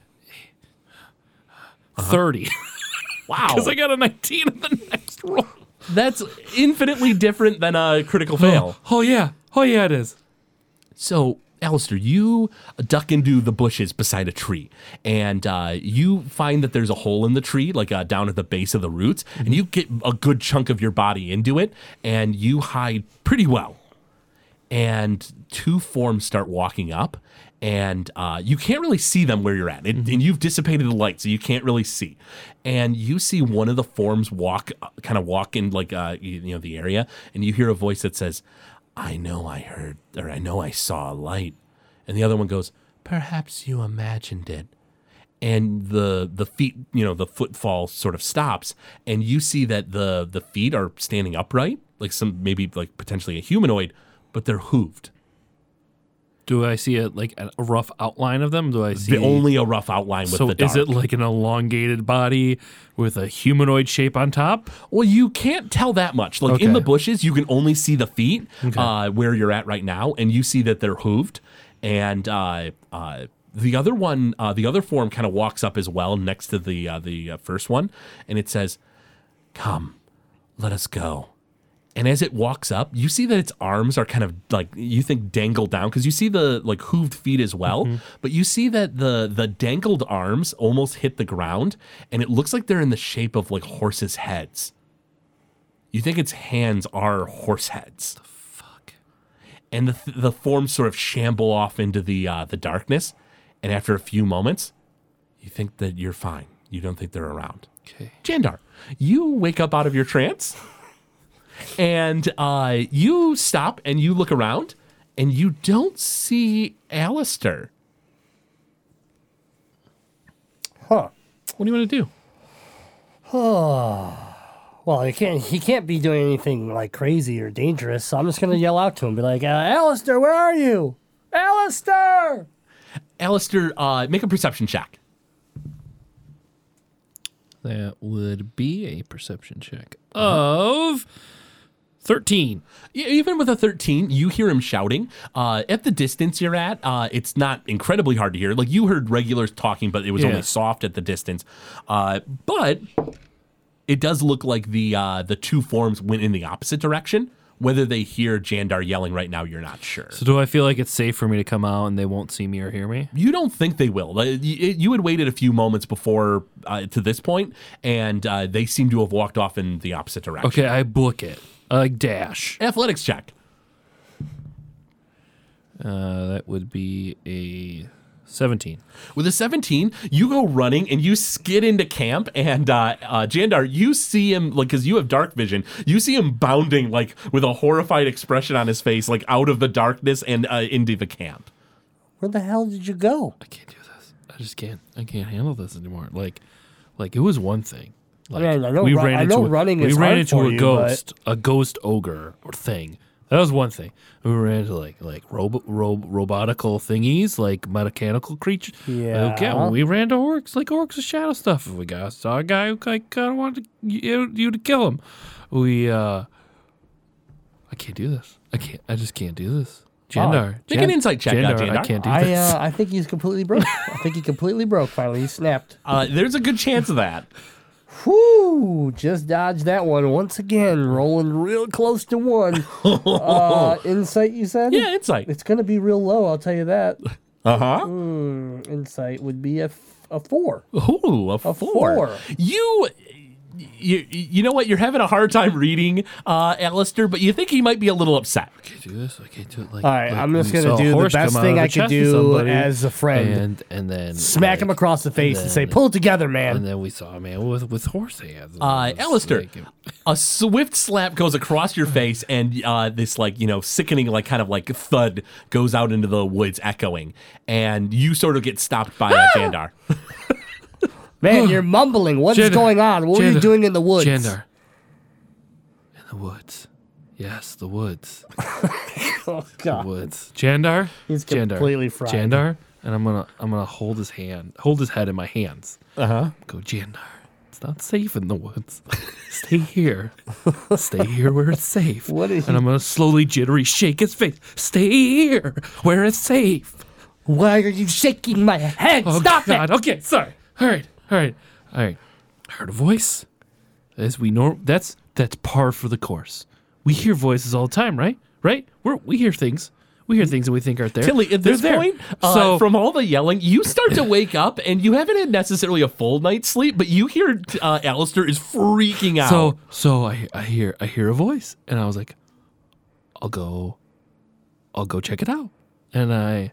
[SPEAKER 5] Uh-huh. 30
[SPEAKER 1] wow.
[SPEAKER 5] because I got a nineteen in the next roll.
[SPEAKER 1] That's infinitely different than a critical fail.
[SPEAKER 5] Oh yeah! Oh yeah! It is.
[SPEAKER 1] So, Alistair, you duck into the bushes beside a tree, and uh, you find that there's a hole in the tree, like uh, down at the base of the roots, and you get a good chunk of your body into it, and you hide pretty well. And two forms start walking up, and uh, you can't really see them where you're at. And, and you've dissipated the light, so you can't really see. And you see one of the forms walk, kind of walk in like uh, you, you know the area, and you hear a voice that says, I know I heard, or I know I saw a light. And the other one goes, Perhaps you imagined it. And the the feet, you know, the footfall sort of stops, and you see that the the feet are standing upright, like some maybe like potentially a humanoid, but they're hooved.
[SPEAKER 5] Do I see a like a a rough outline of them? Do I see
[SPEAKER 1] The, only a rough outline with
[SPEAKER 5] so
[SPEAKER 1] the dark.
[SPEAKER 5] is it like an elongated body with a humanoid shape on top?
[SPEAKER 1] Well, you can't tell that much. Like in
[SPEAKER 5] Okay.
[SPEAKER 1] the bushes, you can only see the feet uh, where you're at right now, and you see that they're hooved. And uh, uh, the other one, uh, the other form, kind of walks up as well next to the uh, the uh, first one, and it says, "Come, let us go." And as it walks up, you see that its arms are kind of like you think dangled down because you see the like hooved feet as well, but you see that the the dangled arms almost hit the ground, and it looks like they're in the shape of like horses' heads. You think its hands are horse heads. The fuck. And the th- the forms sort of shamble off into the uh, the darkness, and after a few moments, you think that you're fine. You don't think they're around.
[SPEAKER 5] Okay.
[SPEAKER 1] Jandar, you wake up out of your trance and uh, you stop and you look around and you don't see Alistair.
[SPEAKER 3] Huh.
[SPEAKER 1] What do you want to do?
[SPEAKER 3] Well, he can't. He can't be doing anything like crazy or dangerous. So I'm just gonna yell out to him, be like, uh, "Alistair, where are you? Alistair!"
[SPEAKER 1] Alistair, uh, make a perception check.
[SPEAKER 5] That would be a perception check of 13.
[SPEAKER 1] E- Even with a 13, you hear him shouting. Uh, at the distance you're at, uh, it's not incredibly hard to hear. Like you heard regulars talking, but it was
[SPEAKER 5] Yeah.
[SPEAKER 1] only soft at the distance. Uh, but it does look like the uh, the two forms went in the opposite direction. Whether they hear Jandar yelling right now, you're not sure.
[SPEAKER 5] So do I feel like it's safe for me to come out and they won't see me or hear me?
[SPEAKER 1] You don't think they will. Like, You you had waited a few moments before uh, to this point, and uh, they seem to have walked off in the opposite direction.
[SPEAKER 5] Okay, I book it. I dash.
[SPEAKER 1] Athletics check.
[SPEAKER 5] Uh, that would be a 17.
[SPEAKER 1] With a 17, you go running and you skid into camp. And uh, uh, Jandar, you see him, like, because you have dark vision, you see him bounding, like, with a horrified expression on his face, like, out of the darkness and uh, into the camp.
[SPEAKER 3] Where the hell did you go?
[SPEAKER 5] I can't do this. I just can't. I can't handle this anymore. Like, like it was one thing. Like,
[SPEAKER 3] mean, I know run- I know running
[SPEAKER 5] we
[SPEAKER 3] is
[SPEAKER 5] ran
[SPEAKER 3] hard
[SPEAKER 5] into
[SPEAKER 3] for
[SPEAKER 5] a
[SPEAKER 3] you,
[SPEAKER 5] ghost, a ghost ogre or thing. That was one thing. We ran into like like robo, ro- robotical thingies, like mechanical creatures. Okay,
[SPEAKER 3] Yeah.
[SPEAKER 5] well, we ran to orcs, like orcs with shadow stuff. We got saw a guy who like kind of wanted to, you, you to kill him. We uh, I can't do this. I can't. I just can't do this.
[SPEAKER 3] Oh,
[SPEAKER 5] Jandar,
[SPEAKER 1] Make an insight check, uh,
[SPEAKER 5] I
[SPEAKER 1] Jandar.
[SPEAKER 5] can't do
[SPEAKER 3] I
[SPEAKER 5] this.
[SPEAKER 3] uh, I think he's completely broke. I think he completely broke. Finally, he snapped.
[SPEAKER 1] Uh, there's a good chance of that.
[SPEAKER 3] Whoo! Just dodged that one once again. Rolling real close to one. uh, insight, you said?
[SPEAKER 1] Yeah, insight.
[SPEAKER 3] It's gonna be real low. I'll tell you that. Mm,
[SPEAKER 1] Uh huh.
[SPEAKER 3] Insight would be a, f- a four.
[SPEAKER 5] Oh,
[SPEAKER 1] Ooh, a four.
[SPEAKER 3] four.
[SPEAKER 1] You. You, you know what? You're having a hard time reading uh, Alistair, but you think he might be a little upset.
[SPEAKER 5] do this. I can't do it. Like,
[SPEAKER 3] All right,
[SPEAKER 5] like
[SPEAKER 3] I'm just
[SPEAKER 5] when you
[SPEAKER 3] gonna
[SPEAKER 5] saw a
[SPEAKER 3] do the
[SPEAKER 5] horse
[SPEAKER 3] best
[SPEAKER 5] come out
[SPEAKER 3] thing
[SPEAKER 5] of the
[SPEAKER 3] I could
[SPEAKER 5] chest of
[SPEAKER 3] do
[SPEAKER 5] somebody,
[SPEAKER 3] as a friend.
[SPEAKER 5] and and then
[SPEAKER 3] Smack
[SPEAKER 5] like,
[SPEAKER 3] him across the face and say,
[SPEAKER 5] then-
[SPEAKER 3] "Pull it together, man."
[SPEAKER 5] And then we saw a man with with horse hands.
[SPEAKER 1] Uh,
[SPEAKER 5] It was
[SPEAKER 1] Alistair,
[SPEAKER 5] like-
[SPEAKER 1] a swift slap goes across your face, and uh, this like you know sickening like kind of like thud goes out into the woods, echoing, and you sort of get stopped by
[SPEAKER 5] Ah!
[SPEAKER 1] uh, Jandar.
[SPEAKER 3] Man, you're mumbling. What's
[SPEAKER 5] Jandar,
[SPEAKER 3] going on? What are you
[SPEAKER 5] Jandar,
[SPEAKER 3] doing in the woods?
[SPEAKER 5] Jandar. In the woods. Yes, the woods.
[SPEAKER 3] Oh,
[SPEAKER 5] The
[SPEAKER 3] God.
[SPEAKER 5] woods. Jandar.
[SPEAKER 3] He's
[SPEAKER 5] Jandar.
[SPEAKER 3] completely fried.
[SPEAKER 5] Jandar, and I'm gonna I'm gonna hold his hand, hold his head in my hands. Uh
[SPEAKER 3] Uh-huh.
[SPEAKER 5] huh. Go, Jandar. It's not safe in the woods. Stay here. Stay here where it's safe.
[SPEAKER 3] What is
[SPEAKER 5] and
[SPEAKER 3] he-
[SPEAKER 5] I'm gonna slowly jittery shake his face. Stay here where it's safe.
[SPEAKER 3] Why are you shaking my head?
[SPEAKER 5] Oh,
[SPEAKER 3] Stop
[SPEAKER 5] God.
[SPEAKER 3] it!
[SPEAKER 5] Okay, sorry. All right, all right, all right. I heard a voice. As we know, that's that's par for the course. We hear voices all the time, right? Right? We're, we hear things. We hear things that we think aren't there.
[SPEAKER 1] Tilly, at
[SPEAKER 5] They're
[SPEAKER 1] this
[SPEAKER 5] there.
[SPEAKER 1] point, uh,
[SPEAKER 5] so
[SPEAKER 1] from all the yelling, you start to wake up, and you haven't had necessarily a full night's sleep, but you hear uh, Alistair is freaking out.
[SPEAKER 5] so so I I hear I hear a voice, and I was like, I'll go, I'll go check it out, and I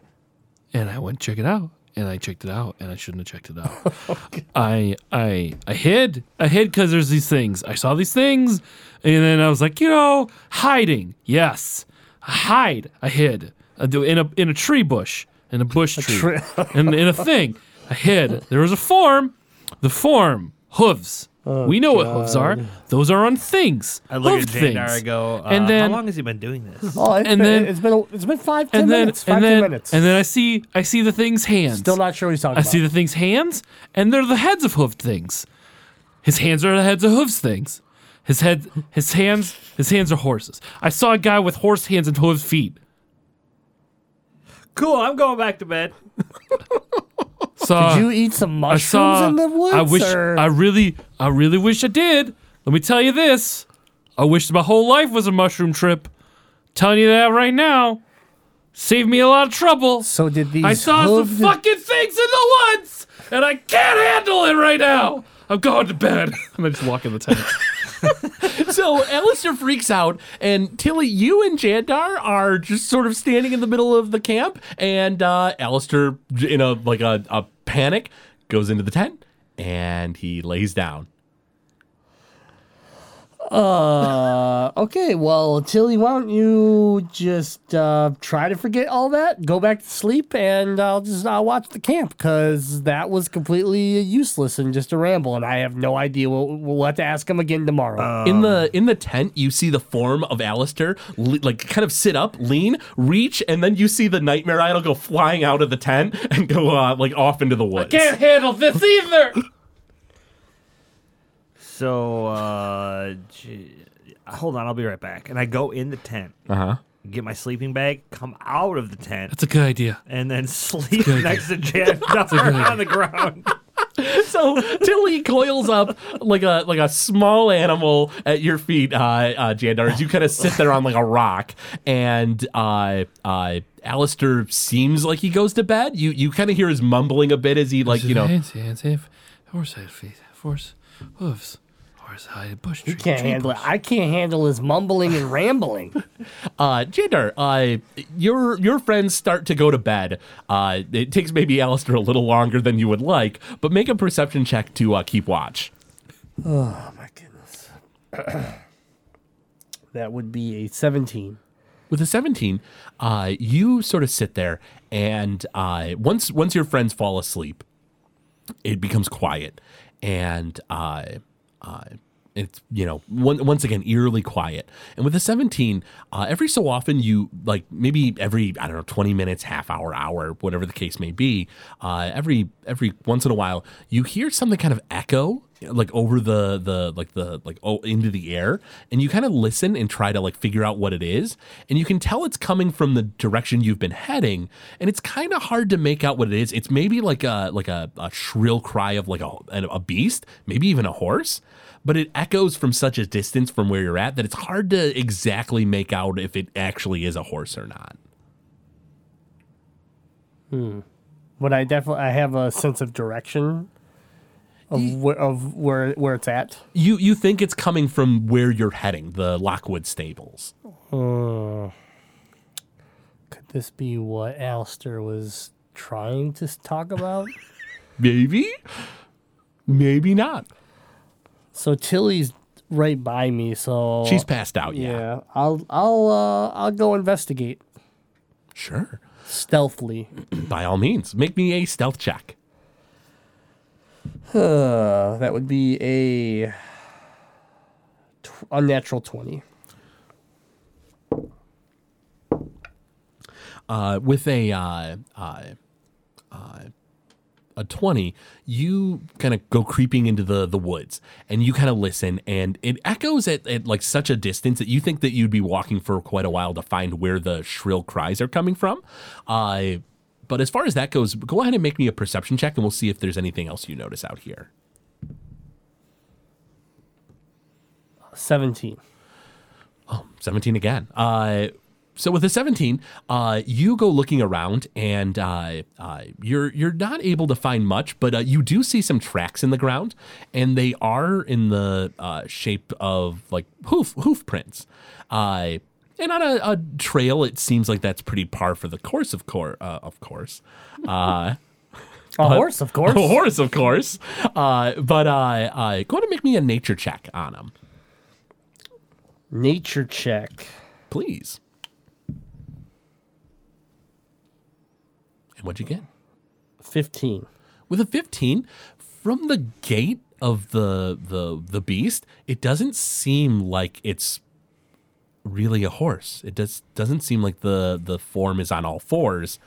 [SPEAKER 5] and I went check it out, and I checked it out, and I shouldn't have checked it out.
[SPEAKER 3] Oh,
[SPEAKER 5] I I I hid. I hid because there's these things. I saw these things, and then I was like, you know, hiding. Yes, hide. I hid I do- in a in a tree bush, in a bush tree, and in a thing. I hid. There was a form. The form hooves.
[SPEAKER 3] Oh,
[SPEAKER 5] we know what hooves are. Those are on things.
[SPEAKER 4] I look
[SPEAKER 5] Hoof
[SPEAKER 4] at
[SPEAKER 5] things.
[SPEAKER 4] Jandar, I go, uh,
[SPEAKER 5] and then
[SPEAKER 4] how long has he been doing this?
[SPEAKER 3] Oh, it's
[SPEAKER 5] And
[SPEAKER 3] been,
[SPEAKER 5] then-
[SPEAKER 3] it's been a- it's been five ten
[SPEAKER 5] and then
[SPEAKER 3] minutes. Five
[SPEAKER 5] and
[SPEAKER 3] ten
[SPEAKER 5] then
[SPEAKER 3] minutes.
[SPEAKER 5] and then I see I see the thing's hands.
[SPEAKER 3] still not sure what he's talking
[SPEAKER 5] I
[SPEAKER 3] about.
[SPEAKER 5] see the thing's hands, and they're the heads of hoofed things. His hands are the heads of hooves things. His head, his hands, his hands are horses. I saw a guy with horse hands and hooves feet.
[SPEAKER 4] Cool, I'm going back to bed.
[SPEAKER 5] Saw,
[SPEAKER 3] Did you eat some
[SPEAKER 5] I
[SPEAKER 3] mushrooms
[SPEAKER 5] saw.
[SPEAKER 3] in the woods?
[SPEAKER 5] I wish.
[SPEAKER 3] or-
[SPEAKER 5] I really, I really wish I did. Let me tell you this. I wish my whole life was a mushroom trip. Telling you that right now. Saved me a lot of trouble.
[SPEAKER 3] so did these.
[SPEAKER 5] I saw
[SPEAKER 3] hooved-
[SPEAKER 5] some fucking things in the woods, and I can't handle it right now. I'm going to bed. and I just walk in the tent.
[SPEAKER 1] so Alistair freaks out, and Tilly, you and Jandar are just sort of standing in the middle of the camp, and uh, Alistair, in a like a, a panic, goes into the tent and he lays down
[SPEAKER 3] Uh, okay, well, Tilly, why don't you just uh, try to forget all that, go back to sleep, and I'll just I'll watch the camp because that was completely useless and just a ramble, and I have no idea what, what to ask him again tomorrow.
[SPEAKER 1] in the in the tent, you see the form of Alistair, le- like kind of sit up, lean, reach, and then you see the nightmare idol go flying out of the tent and go uh, like off into the woods.
[SPEAKER 5] Can't handle this either.
[SPEAKER 4] So, uh, gee, hold on, I'll be right back. And I go in the tent,
[SPEAKER 1] Uh huh.
[SPEAKER 4] get my sleeping bag, come out of the tent,
[SPEAKER 5] That's a good idea.
[SPEAKER 4] and then sleep next to Jan on the ground.
[SPEAKER 1] So Tilly coils up like a like a small animal at your feet, uh, uh, Jandar. As you kind of sit there on like a rock, and uh, uh, Alistair seems like he goes to bed. You you kind of hear his mumbling a bit as he like you know.
[SPEAKER 5] Hands, hands, have horse hide feet, horse hooves, horse hide bush tree.
[SPEAKER 3] you can't
[SPEAKER 5] tree
[SPEAKER 3] handle it.
[SPEAKER 5] bush.
[SPEAKER 3] I can't handle his mumbling and rambling.
[SPEAKER 1] Uh, Jandar, uh, your your friends start to go to bed. Uh, it takes maybe Alistair a little longer than you would like, but make a perception check to uh, keep watch.
[SPEAKER 3] Oh my goodness. that would be a 17.
[SPEAKER 1] with a 17 uh, you sort of sit there and uh, once once your friends fall asleep it becomes quiet and uh, uh, it's you know one, once again eerily quiet and with a 17 uh, every so often you like maybe every i don't know 20 minutes half hour hour whatever the case may be uh, every every once in a while you hear something kind of echo like over the the like the like oh into the air and you kind of listen and try to like figure out what it is and you can tell it's coming from the direction you've been heading and it's kind of hard to make out what it is it's maybe like a like a, a shrill cry of like a, an- a beast maybe even a horse but it echoes from such a distance from where you're at that it's hard to exactly make out if it actually is a horse or not
[SPEAKER 3] But I definitely I have a sense of direction of where of where where it's at.
[SPEAKER 1] you you think it's coming from where you're heading the lockwood stables
[SPEAKER 3] Could this be what Alistair was trying to s- talk about?
[SPEAKER 1] maybe maybe not
[SPEAKER 3] so Tilly's right by me, so
[SPEAKER 1] she's passed out
[SPEAKER 3] yeah.
[SPEAKER 1] yeah.
[SPEAKER 3] I'll I'll uh, I'll go investigate
[SPEAKER 1] Sure.
[SPEAKER 3] stealthily.
[SPEAKER 1] By all means, make me a stealth check.
[SPEAKER 3] Uh, that would be a tw- unnatural twenty.
[SPEAKER 1] Uh, with a uh, uh, uh, a twenty, you kind of go creeping into the the woods, and you kind of listen, and it echoes at, at like such a distance that you think that you'd be walking for quite a while to find where the shrill cries are coming from. Uh, but as far as that goes, go ahead and make me a perception check, and we'll see if there's anything else you notice out here.
[SPEAKER 3] Seventeen.
[SPEAKER 1] 17 again. Uh, so with a 17, uh, you go looking around and uh, uh, you're you're not able to find much, but uh, you do see some tracks in the ground, and they are in the uh, shape of like hoof hoof prints. Uh, and on a, a trail, it seems like that's pretty par for the course. Of course, uh, of course. Uh,
[SPEAKER 3] A horse, of course.
[SPEAKER 1] a horse, of course. Uh, but uh, uh, go ahead and make me a nature check on him,
[SPEAKER 3] Nature check.
[SPEAKER 1] please. And what'd you get?
[SPEAKER 3] Fifteen.
[SPEAKER 1] with a 15 from the gait of the the the beast it doesn't seem like it's really a horse it does doesn't seem like the the form is on all fours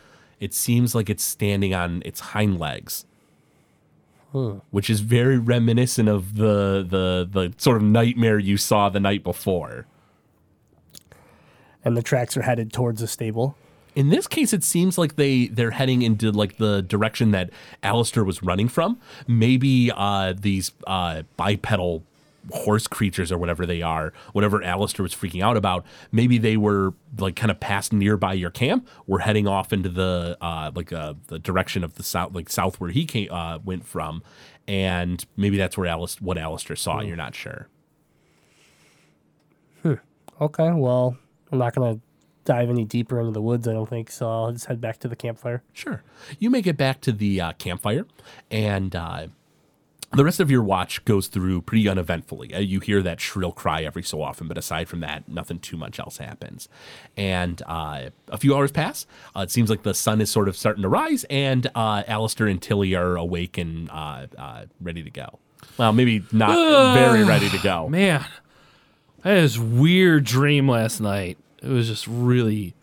[SPEAKER 1] it seems like it's standing on its hind legs which is very reminiscent of the the the sort of nightmare you saw the night before
[SPEAKER 3] And the tracks are headed towards the stable.
[SPEAKER 1] in this case it seems like they they're heading into like the direction that Alistair was running from maybe uh these uh bipedal horse creatures or whatever they are whatever Alistair was freaking out about maybe they were like kind of passed nearby your camp were heading off into the uh like uh the direction of the south like south where he came uh went from and maybe that's where Alice what Alistair saw you're not sure
[SPEAKER 3] Okay, well, I'm not gonna dive any deeper into the woods, I don't think, so I'll just head back to the campfire.
[SPEAKER 1] Sure. You make it back to the uh, campfire, and uh, The rest of your watch goes through pretty uneventfully. Uh, You hear that shrill cry every so often, but aside from that, nothing too much else happens. And uh, a few hours pass. Uh, it seems like the sun is sort of starting to rise, and uh, Alistair and Tilly are awake and uh, uh, ready to go. Well, maybe not very ready to go.
[SPEAKER 5] Man, I had this weird dream last night. It was just really.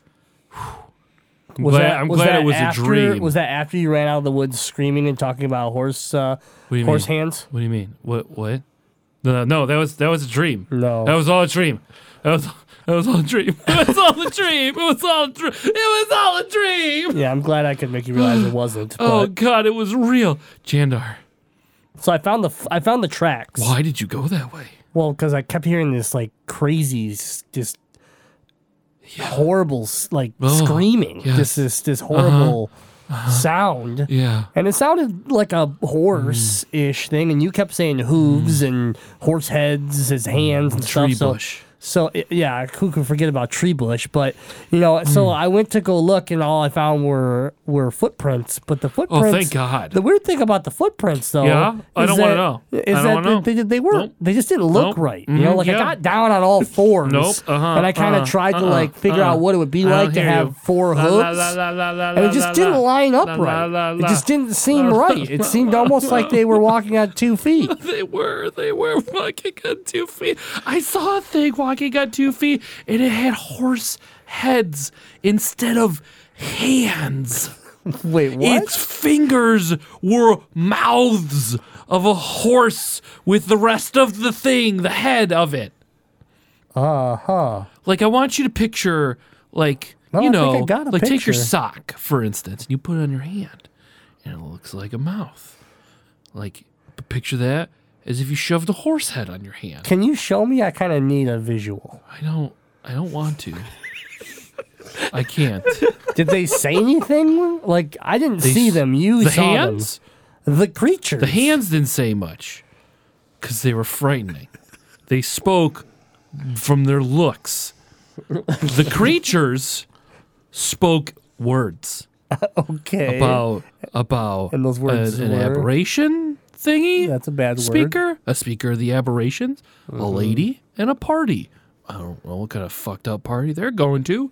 [SPEAKER 5] I'm glad, I'm glad it was
[SPEAKER 3] after,
[SPEAKER 5] a dream.
[SPEAKER 3] Was that after you ran out of the woods screaming and talking about horse uh,
[SPEAKER 5] do you
[SPEAKER 3] horse
[SPEAKER 5] mean?
[SPEAKER 3] hands?
[SPEAKER 5] what do you mean? What? What? No, no, no, that was that was a dream.
[SPEAKER 3] No.
[SPEAKER 5] that was all a dream. That was that was all a dream. It was all a dream. It was all a dream. It was all a dream.
[SPEAKER 3] Yeah, I'm glad I could make you realize it wasn't.
[SPEAKER 5] Oh
[SPEAKER 3] But,
[SPEAKER 5] God, it was real, Jandar.
[SPEAKER 3] so I found the f- I found the tracks.
[SPEAKER 5] Why did you go that way?
[SPEAKER 3] Well, because I kept hearing this like crazy, s- just horrible, s- like
[SPEAKER 5] Oh,
[SPEAKER 3] screaming.
[SPEAKER 5] yes. Uh-huh.
[SPEAKER 3] Just this this horrible sound.
[SPEAKER 5] Yeah.
[SPEAKER 3] And it sounded like a horse ish thing, and you kept saying hooves and horse heads, his hands and
[SPEAKER 5] Mm. Tree
[SPEAKER 3] stuff. so-
[SPEAKER 5] bush.
[SPEAKER 3] So, i yeah, who can forget about tree bush? But you know, so
[SPEAKER 5] Mm.
[SPEAKER 3] I went to go look, and all I found were were footprints. But the footprints,
[SPEAKER 5] Oh, thank God.
[SPEAKER 3] The weird thing about the footprints, though,
[SPEAKER 5] Yeah? I
[SPEAKER 3] is
[SPEAKER 5] don't wanna
[SPEAKER 3] that-
[SPEAKER 5] know. I
[SPEAKER 3] Is
[SPEAKER 5] don't
[SPEAKER 3] that
[SPEAKER 5] wanna know.
[SPEAKER 3] they, they, they weren't?
[SPEAKER 5] Nope.
[SPEAKER 3] They just didn't look
[SPEAKER 5] Nope.
[SPEAKER 3] right. You know,
[SPEAKER 5] Mhm,
[SPEAKER 3] like I
[SPEAKER 5] yeah.
[SPEAKER 3] got down on all fours.
[SPEAKER 5] Nope. Uh-huh,
[SPEAKER 3] and I kind of
[SPEAKER 5] uh-huh,
[SPEAKER 3] tried to
[SPEAKER 5] uh-uh,
[SPEAKER 3] like figure out
[SPEAKER 5] uh-uh.
[SPEAKER 3] what it would be
[SPEAKER 5] I don't
[SPEAKER 3] like to
[SPEAKER 5] hear
[SPEAKER 3] have
[SPEAKER 5] you.
[SPEAKER 3] four
[SPEAKER 5] La,
[SPEAKER 3] hooves.
[SPEAKER 5] la, la, la, la, la,
[SPEAKER 3] And it just
[SPEAKER 5] la,
[SPEAKER 3] didn't
[SPEAKER 5] la.
[SPEAKER 3] line up
[SPEAKER 5] La, la,
[SPEAKER 3] right.
[SPEAKER 5] la, la.
[SPEAKER 3] It just didn't seem right. It seemed almost like they were walking on two feet.
[SPEAKER 5] They were. They were walking on two feet. I saw a thing walking on two feet, and it had horse heads instead of hands.
[SPEAKER 3] Wait, what?
[SPEAKER 5] Its fingers were mouths of a horse with the rest of the thing, the head of it.
[SPEAKER 3] Uh huh.
[SPEAKER 5] Like I want you to picture, like
[SPEAKER 3] No,
[SPEAKER 5] you
[SPEAKER 3] I think I
[SPEAKER 5] know,
[SPEAKER 3] got a
[SPEAKER 5] like take
[SPEAKER 3] picture.
[SPEAKER 5] your sock for instance, and you put it on your hand, and it looks like a mouth. Like but picture that as if you shoved a horse head on your hand.
[SPEAKER 3] Can you show me? I kind of need a visual.
[SPEAKER 5] I don't. I don't want to. I can't.
[SPEAKER 3] Did they say anything? Like I didn't
[SPEAKER 5] They
[SPEAKER 3] see
[SPEAKER 5] s-
[SPEAKER 3] them. You
[SPEAKER 5] The
[SPEAKER 3] saw
[SPEAKER 5] hands.
[SPEAKER 3] them. The creatures.
[SPEAKER 5] The hands didn't say much, because they were frightening. They spoke from their looks. The creatures spoke words.
[SPEAKER 3] Okay.
[SPEAKER 5] about about
[SPEAKER 3] Eh, And those words
[SPEAKER 5] an, an
[SPEAKER 3] were?
[SPEAKER 5] aberration thingy.
[SPEAKER 3] That's a bad word. Uh-huh.
[SPEAKER 5] speaker, a speaker of the aberrations, a lady, and a party. I don't know what kind of fucked up party they're going to,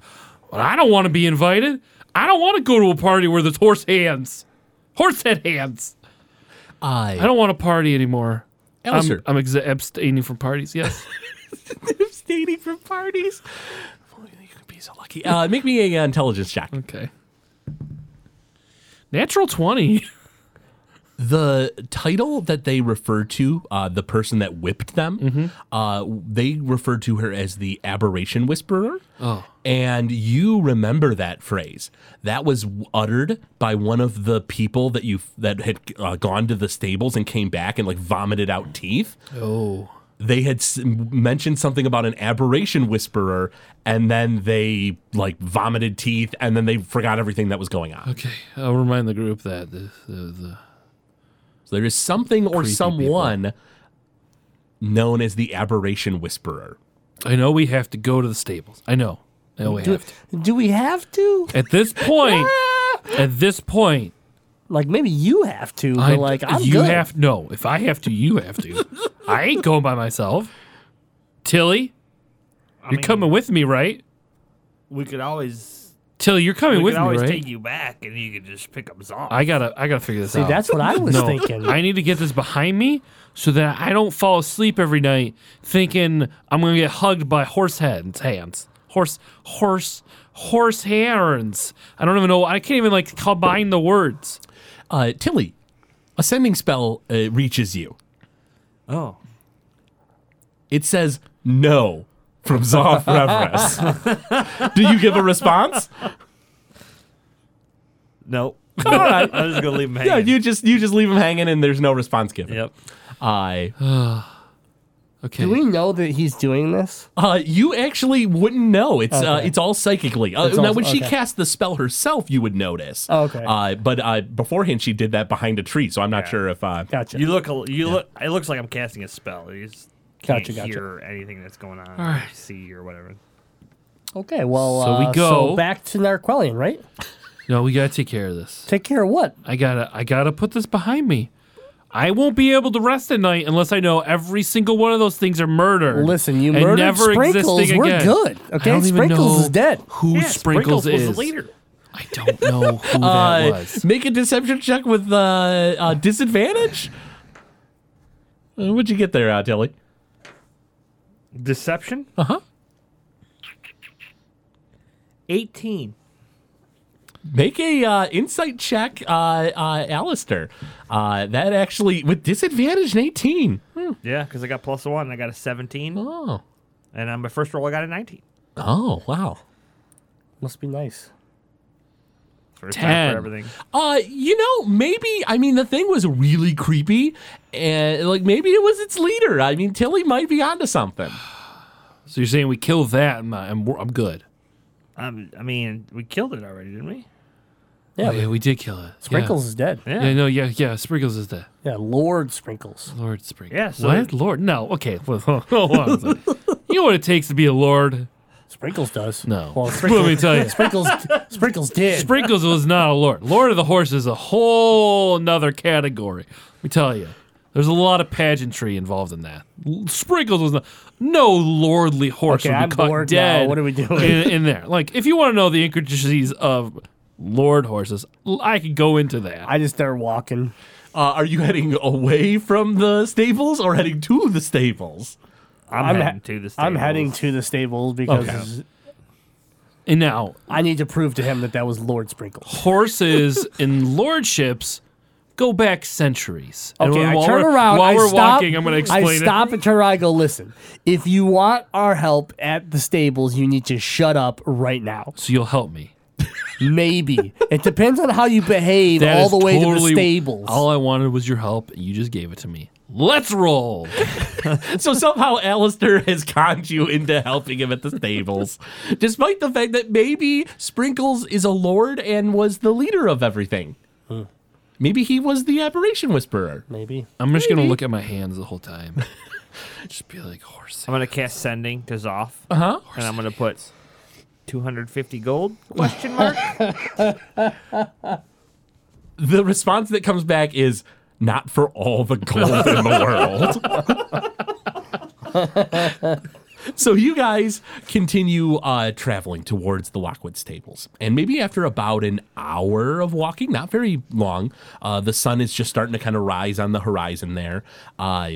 [SPEAKER 5] but I don't want to be invited. I don't want to go to a party where there's horse hands, horse head hands. I
[SPEAKER 1] I,
[SPEAKER 5] don't want to party anymore.
[SPEAKER 1] Alistair.
[SPEAKER 5] I'm, I'm exa- abstaining from parties. Yes,
[SPEAKER 1] abstaining from parties. If only You could be so lucky. Uh, make me a uh, intelligence check.
[SPEAKER 5] okay. Natural twenty.
[SPEAKER 1] the title that they refer to uh, the person that whipped them
[SPEAKER 5] Mm-hmm.
[SPEAKER 1] uh, they refer to her as the aberration whisperer
[SPEAKER 5] Oh.
[SPEAKER 1] and you remember that phrase that was uttered by one of the people that you that had uh, gone to the stables and came back and like vomited out teeth
[SPEAKER 5] Oh.
[SPEAKER 1] they had s- mentioned something about an aberration whisperer and then they like vomited teeth and then they forgot everything that was going on
[SPEAKER 5] Okay, I'll remind the group that the, the, the
[SPEAKER 1] So there is something or
[SPEAKER 5] Creepy
[SPEAKER 1] someone known as the aberration whisperer.
[SPEAKER 5] I know we have to go to the stables. I know. I know we
[SPEAKER 3] Do,
[SPEAKER 5] have to.
[SPEAKER 3] do we have to?
[SPEAKER 5] At this point, at this point,
[SPEAKER 3] Like maybe you have to, but
[SPEAKER 5] I,
[SPEAKER 3] like I'm
[SPEAKER 5] you
[SPEAKER 3] good.
[SPEAKER 5] have no. If I have to, you have to. I ain't going by myself. Tilly,
[SPEAKER 4] I
[SPEAKER 5] you're
[SPEAKER 4] mean,
[SPEAKER 5] coming with me, right?
[SPEAKER 4] We could always.
[SPEAKER 5] Tilly, you're coming
[SPEAKER 4] We
[SPEAKER 5] with
[SPEAKER 4] could
[SPEAKER 5] me,
[SPEAKER 4] always
[SPEAKER 5] right?
[SPEAKER 4] take you back, and you could just pick up Zom.
[SPEAKER 5] I gotta, I gotta figure this
[SPEAKER 3] See,
[SPEAKER 5] out.
[SPEAKER 3] that's what I was
[SPEAKER 5] no,
[SPEAKER 3] thinking.
[SPEAKER 5] I need to get this behind me so that I don't fall asleep every night thinking I'm gonna get hugged by horse heads, hands, horse, horse, horse hands. I don't even know. I can't even like combine the words.
[SPEAKER 1] Uh, Tilly, a sending spell uh, reaches you.
[SPEAKER 4] oh,
[SPEAKER 1] It says no from Zoff Reverus. Do you give a response?
[SPEAKER 4] no. All right. I'm just gonna leave him hanging.
[SPEAKER 1] Yeah, you just you just leave him hanging and there's no response given.
[SPEAKER 4] Yep.
[SPEAKER 1] I
[SPEAKER 5] Okay.
[SPEAKER 3] do we know that he's doing this?
[SPEAKER 1] Uh, you actually wouldn't know. It's uh,
[SPEAKER 3] Okay.
[SPEAKER 1] it's all psychically. Uh,
[SPEAKER 3] It's
[SPEAKER 1] now,
[SPEAKER 3] all-
[SPEAKER 1] when she
[SPEAKER 3] okay. Oh,
[SPEAKER 1] cast the spell herself, you would notice.
[SPEAKER 3] Okay.
[SPEAKER 1] Uh, but uh, beforehand, she did that behind a tree, so I'm not sure if. Uh,
[SPEAKER 3] Gotcha.
[SPEAKER 4] You look. a- You look. It looks like I'm casting a spell. You just can't
[SPEAKER 3] Gotcha, gotcha.
[SPEAKER 4] hear anything that's going on. All
[SPEAKER 5] right.
[SPEAKER 4] See or whatever.
[SPEAKER 3] okay, well,
[SPEAKER 5] So we
[SPEAKER 3] uh,
[SPEAKER 5] go-
[SPEAKER 3] back to Narquellian, right?
[SPEAKER 5] No, we gotta take care of this.
[SPEAKER 3] Take care of what?
[SPEAKER 5] I gotta I gotta put this behind me. I won't be able to rest at night unless I know every single one of those things are murdered.
[SPEAKER 3] Listen, you
[SPEAKER 5] and
[SPEAKER 3] murdered
[SPEAKER 5] never
[SPEAKER 3] Sprinkles,
[SPEAKER 5] existing
[SPEAKER 3] we're
[SPEAKER 5] again.
[SPEAKER 3] good,
[SPEAKER 5] I
[SPEAKER 3] okay?
[SPEAKER 5] don't even
[SPEAKER 3] Sprinkles
[SPEAKER 5] know
[SPEAKER 3] is dead.
[SPEAKER 5] Who
[SPEAKER 4] Yeah,
[SPEAKER 5] Sprinkles,
[SPEAKER 4] was
[SPEAKER 5] is?
[SPEAKER 4] the leader.
[SPEAKER 5] I don't know who that
[SPEAKER 1] Uh,
[SPEAKER 5] was.
[SPEAKER 1] make a deception check with uh, uh, disadvantage. Uh, What'd you get there, uh, Tilly?
[SPEAKER 4] Deception? Uh
[SPEAKER 3] uh-huh.
[SPEAKER 4] huh. 18.
[SPEAKER 1] Make a uh, insight check, uh, uh, Alistair. Uh, that actually with disadvantage, an eighteen.
[SPEAKER 4] Yeah, because I got plus one and I got a 17.
[SPEAKER 1] Oh,
[SPEAKER 4] And on my first roll, I got a 19.
[SPEAKER 1] oh, wow.
[SPEAKER 3] Must be nice.
[SPEAKER 4] First
[SPEAKER 5] Ten.
[SPEAKER 4] time for everything.
[SPEAKER 1] Uh, you know, maybe I mean the thing was really creepy, and like maybe it was its leader. I mean, Tilly might be onto something.
[SPEAKER 5] So you're saying we kill that and I- I'm, we're- I'm good.
[SPEAKER 4] Um, I mean, we killed it already, didn't we?
[SPEAKER 3] Yeah,
[SPEAKER 5] Oh, yeah, we did kill it.
[SPEAKER 3] Sprinkles is dead.
[SPEAKER 5] Yeah. yeah, no, yeah, yeah. Sprinkles is dead.
[SPEAKER 3] Yeah, Lord Sprinkles.
[SPEAKER 5] Lord Sprinkles.
[SPEAKER 4] Yeah, so-
[SPEAKER 5] what? Lord? No. Okay. Hold on a second. you know what it takes to be a lord?
[SPEAKER 3] Sprinkles does.
[SPEAKER 5] No.
[SPEAKER 3] Well,
[SPEAKER 5] Let me
[SPEAKER 3] Sprinkles,
[SPEAKER 5] tell you.
[SPEAKER 3] Sprinkles, Sprinkles did.
[SPEAKER 5] Sprinkles was not a lord. Lord of the Horse is a whole nother category. Let me tell you, there's a lot of pageantry involved in that. L- Sprinkles was not. No lordly horse
[SPEAKER 3] Okay,
[SPEAKER 5] would be
[SPEAKER 3] I'm
[SPEAKER 5] caught
[SPEAKER 3] bored now.
[SPEAKER 5] dead.
[SPEAKER 3] What are we doing?
[SPEAKER 5] in, in there? Like, if you want to know the intricacies of lord horses, l- I could go into that.
[SPEAKER 3] I just started walking.
[SPEAKER 1] Uh, are you heading away from the stables or heading to the stables?
[SPEAKER 4] I'm,
[SPEAKER 3] I'm
[SPEAKER 4] heading
[SPEAKER 3] he-
[SPEAKER 4] to the stables.
[SPEAKER 3] I'm heading to the stables because
[SPEAKER 5] and now,
[SPEAKER 3] I need to prove to him that that was Lord Sprinkles.
[SPEAKER 5] horses and lordships go back centuries. And
[SPEAKER 3] Okay,
[SPEAKER 5] when-
[SPEAKER 3] I
[SPEAKER 5] while
[SPEAKER 3] turn
[SPEAKER 5] we're-
[SPEAKER 3] around.
[SPEAKER 5] While
[SPEAKER 3] I
[SPEAKER 5] we're
[SPEAKER 3] stop,
[SPEAKER 5] walking, I'm going to explain
[SPEAKER 3] I
[SPEAKER 5] it.
[SPEAKER 3] stop and turn around and go, listen, if you want our help at the stables, you need to shut up right now.
[SPEAKER 5] So you'll help me.
[SPEAKER 3] Maybe. it depends on how you behave
[SPEAKER 5] That
[SPEAKER 3] all
[SPEAKER 5] is
[SPEAKER 3] the way to the
[SPEAKER 5] totally-
[SPEAKER 3] stables.
[SPEAKER 5] All I wanted was your help, and you just gave it to me. Let's roll.
[SPEAKER 1] so somehow Alistair has conned you into helping him at the stables, despite the fact that maybe Sprinkles is a lord and was the leader of everything. Maybe he was the aberration whisperer.
[SPEAKER 3] Maybe.
[SPEAKER 5] I'm just gonna look at my hands the whole time. just be like horse.
[SPEAKER 4] I'm going to cast sending to Zoff.
[SPEAKER 1] Uh huh.
[SPEAKER 4] and I'm going to put 250 gold? Question mark?
[SPEAKER 1] The response that comes back is not for all the gold in the world. so you guys continue uh, traveling towards the Lockwood stables, and maybe after about an hour of walking, not very long, uh, the sun is just starting to kind of rise on the horizon. There, uh,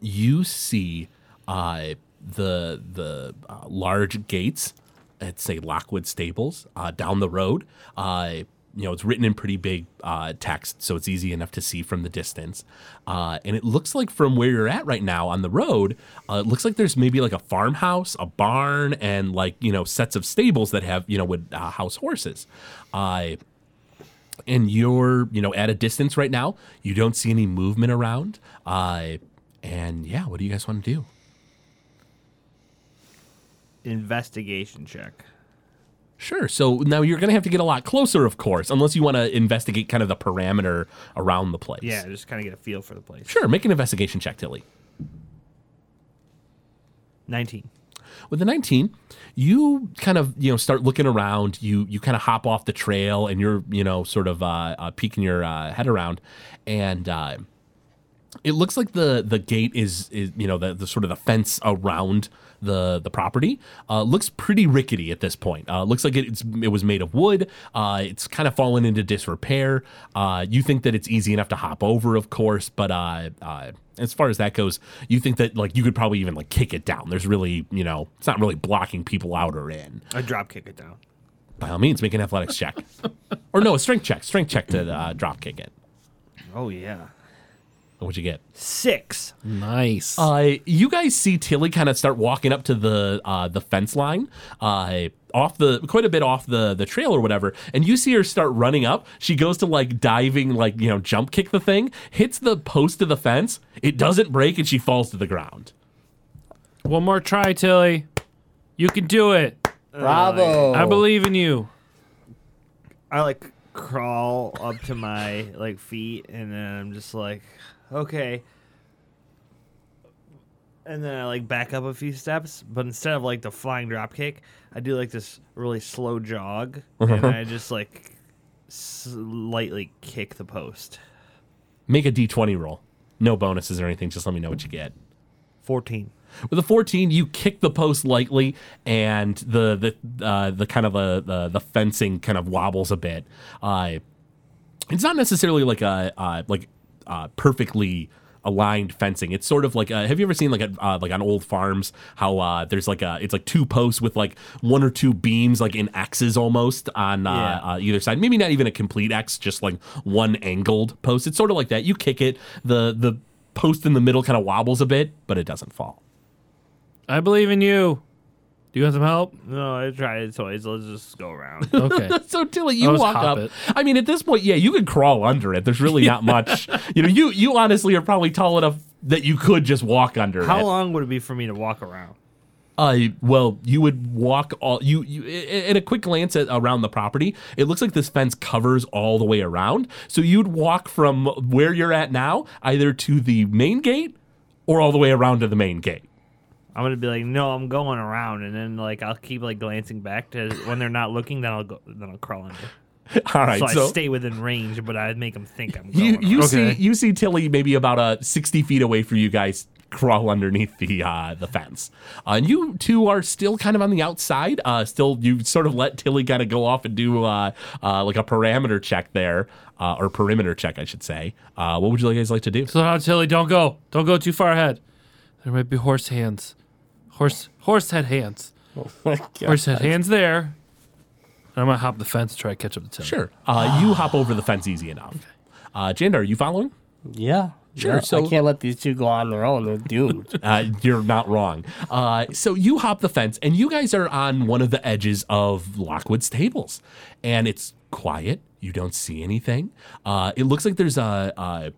[SPEAKER 1] you see uh, the the uh, large gates at say Lockwood Stables uh, down the road. Uh, you know, it's written in pretty big uh, text, so it's easy enough to see from the distance. Uh, and it looks like from where you're at right now on the road, uh, it looks like there's maybe like a farmhouse, a barn, and like you know sets of stables that have you know would uh, house horses. Uh, and you're you know at a distance right now you don't see any movement around uh and yeah what do you guys want to do
[SPEAKER 4] Investigation check.
[SPEAKER 1] sure so now you're gonna have to get a lot closer of course unless you want to investigate kind of the parameter around the place
[SPEAKER 4] Yeah, just kind of get a feel for the place.
[SPEAKER 1] sure make an investigation check tilly
[SPEAKER 4] 19.
[SPEAKER 1] with the 19 you kind of you know start looking around you you kind of hop off the trail and you're you know sort of uh, uh peeking your uh, head around and uh, it looks like the the gate is is you know the, the sort of the fence around the the property uh, looks pretty rickety at this point. Uh, looks like it, it's it was made of wood. Uh, it's kind of fallen into disrepair. Uh, you think that it's easy enough to hop over, of course, but uh, uh, as far as that goes, you think that like you could probably even like kick it down. There's really you know it's not really blocking people out or in.
[SPEAKER 4] I drop kick it down.
[SPEAKER 1] By all means, make an athletics check, or no, a strength check. Strength check to uh, drop kick it.
[SPEAKER 4] Oh, yeah.
[SPEAKER 1] What'd you get?
[SPEAKER 4] Six.
[SPEAKER 5] Nice.
[SPEAKER 1] Uh, you guys see Tilly kind of start walking up to the uh, the fence line, uh, off the quite a bit off the the trail or whatever, and you see her start running up. She goes to like diving, like you know, jump kick the thing, hits the post of the fence. It doesn't break, and she falls to the ground.
[SPEAKER 5] One more try, Tilly. You can do it.
[SPEAKER 3] Bravo.
[SPEAKER 5] I believe in you.
[SPEAKER 4] I like crawl up to my like feet and then I'm just like, okay. And then I like back up a few steps, but instead of like the flying drop kick, I do like this really slow jog and I just like slightly kick the post.
[SPEAKER 1] Make a d20 roll. No bonuses or anything. Just let me know what you get.
[SPEAKER 4] 14.
[SPEAKER 1] With a 14, you kick the post lightly, and the the uh, the kind of uh the the fencing kind of wobbles a bit. Uh, it's not necessarily like a uh, like uh, perfectly aligned fencing. It's sort of like uh have you ever seen like a, uh, like on old farms how uh, there's like a it's like two posts with like one or two beams like in X's almost on uh,
[SPEAKER 4] Yeah.
[SPEAKER 1] uh, either side. Maybe not even a complete X, just like one angled post. It's sort of like that. You kick it, the the post in the middle kind of wobbles a bit, but it doesn't fall.
[SPEAKER 5] I believe in you. Do you want some help?
[SPEAKER 4] No, I tried it twice. Let's just go around.
[SPEAKER 5] Okay.
[SPEAKER 1] So Tilly, you
[SPEAKER 5] was
[SPEAKER 1] walk up.
[SPEAKER 5] Hobbit.
[SPEAKER 1] I mean, at this point, yeah, you could crawl under it. There's really not much. You know, you you honestly are probably tall enough that you could just walk under
[SPEAKER 4] How
[SPEAKER 1] it.
[SPEAKER 4] long would it be for me to walk around?
[SPEAKER 1] Uh, well, you would walk all you, you i- in a quick glance at around the property. It looks like this fence covers all the way around. So you'd walk from where you're at now either to the main gate or all the way around to the main gate.
[SPEAKER 4] I'm gonna be like, no, I'm going around, and then like I'll keep like glancing back to when they're not looking. Then I'll go. Then I'll crawl under.
[SPEAKER 1] All right,
[SPEAKER 4] So,
[SPEAKER 1] so,
[SPEAKER 4] I stay within range, but I make them think I'm going.
[SPEAKER 1] you you
[SPEAKER 4] around.
[SPEAKER 5] Okay.
[SPEAKER 1] see you see Tilly maybe about uh, sixty feet away from you guys crawl underneath the uh, the fence, uh, and you two are still kind of on the outside. Uh, still, you sort of let Tilly kind of go off and do uh, uh, like a parameter check there, uh, or perimeter check, I should say. Uh, what would you guys like to do?
[SPEAKER 5] So now, Tilly, don't go. Don't go too far ahead. There might be horse hands. Horse horse head hands. horse head hands there. And I'm gonna hop the fence and try to catch up to Tilly.
[SPEAKER 1] Sure, uh, you hop over the fence easy enough. Uh, Janda, are you following?
[SPEAKER 3] Yeah.
[SPEAKER 1] Sure,
[SPEAKER 3] Yeah,
[SPEAKER 1] so-
[SPEAKER 3] I can't let these two go on their own. They're doomed.
[SPEAKER 1] Uh, you're not wrong. Uh, so you hop the fence, and you guys are on one of the edges of Lockwood's tables, and it's quiet. You don't see anything. Uh, it looks like there's a, a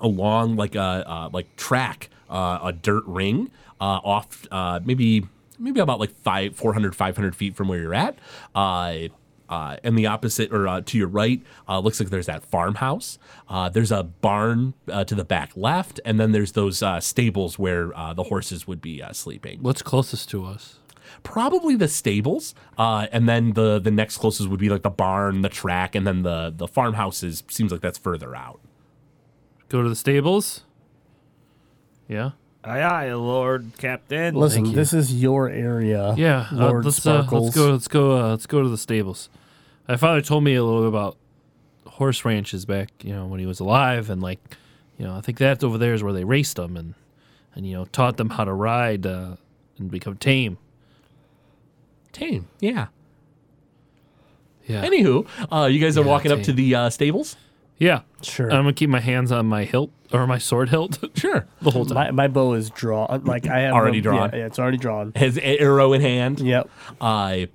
[SPEAKER 1] a long like a uh, like track, uh, a dirt ring uh, off uh, maybe maybe about like five 400 500 feet from where you're at. Uh, uh, and the opposite or uh, to your right uh, looks like there's that farmhouse. Uh, there's a barn uh, to the back left, and then there's those uh, stables where uh, the horses would be uh, sleeping.
[SPEAKER 5] What's closest to us?
[SPEAKER 1] Probably the stables, uh, and then the the next closest would be like the barn, the track, and then the the farmhouses. Seems like that's further out.
[SPEAKER 5] Go to the stables. Yeah.
[SPEAKER 4] Aye, aye, Lord Captain.
[SPEAKER 3] Listen, this is your area.
[SPEAKER 5] Yeah. uh,
[SPEAKER 3] Lord
[SPEAKER 5] let's, uh,
[SPEAKER 3] Sparkles.
[SPEAKER 5] let's go. Let's go. Uh, let's go to the stables. My father told me a little bit about horse ranches back, you know, when he was alive, and like, you know, I think that over there is where they raced them and and you know taught them how to ride uh, and become tame.
[SPEAKER 1] Tame, yeah.
[SPEAKER 5] Yeah.
[SPEAKER 1] Anywho, uh, you guys are walking up
[SPEAKER 5] tame.
[SPEAKER 1] to the uh, stables.
[SPEAKER 5] yeah.
[SPEAKER 3] Sure.
[SPEAKER 5] I'm gonna keep my hands on my hilt or my sword hilt
[SPEAKER 1] Sure.
[SPEAKER 5] the whole time.
[SPEAKER 3] my, my bow is drawn. Like I have
[SPEAKER 1] Already
[SPEAKER 3] a-
[SPEAKER 1] drawn.
[SPEAKER 3] Yeah, yeah, it's already drawn.
[SPEAKER 1] His a- arrow in hand.
[SPEAKER 3] Yep.
[SPEAKER 1] Uh,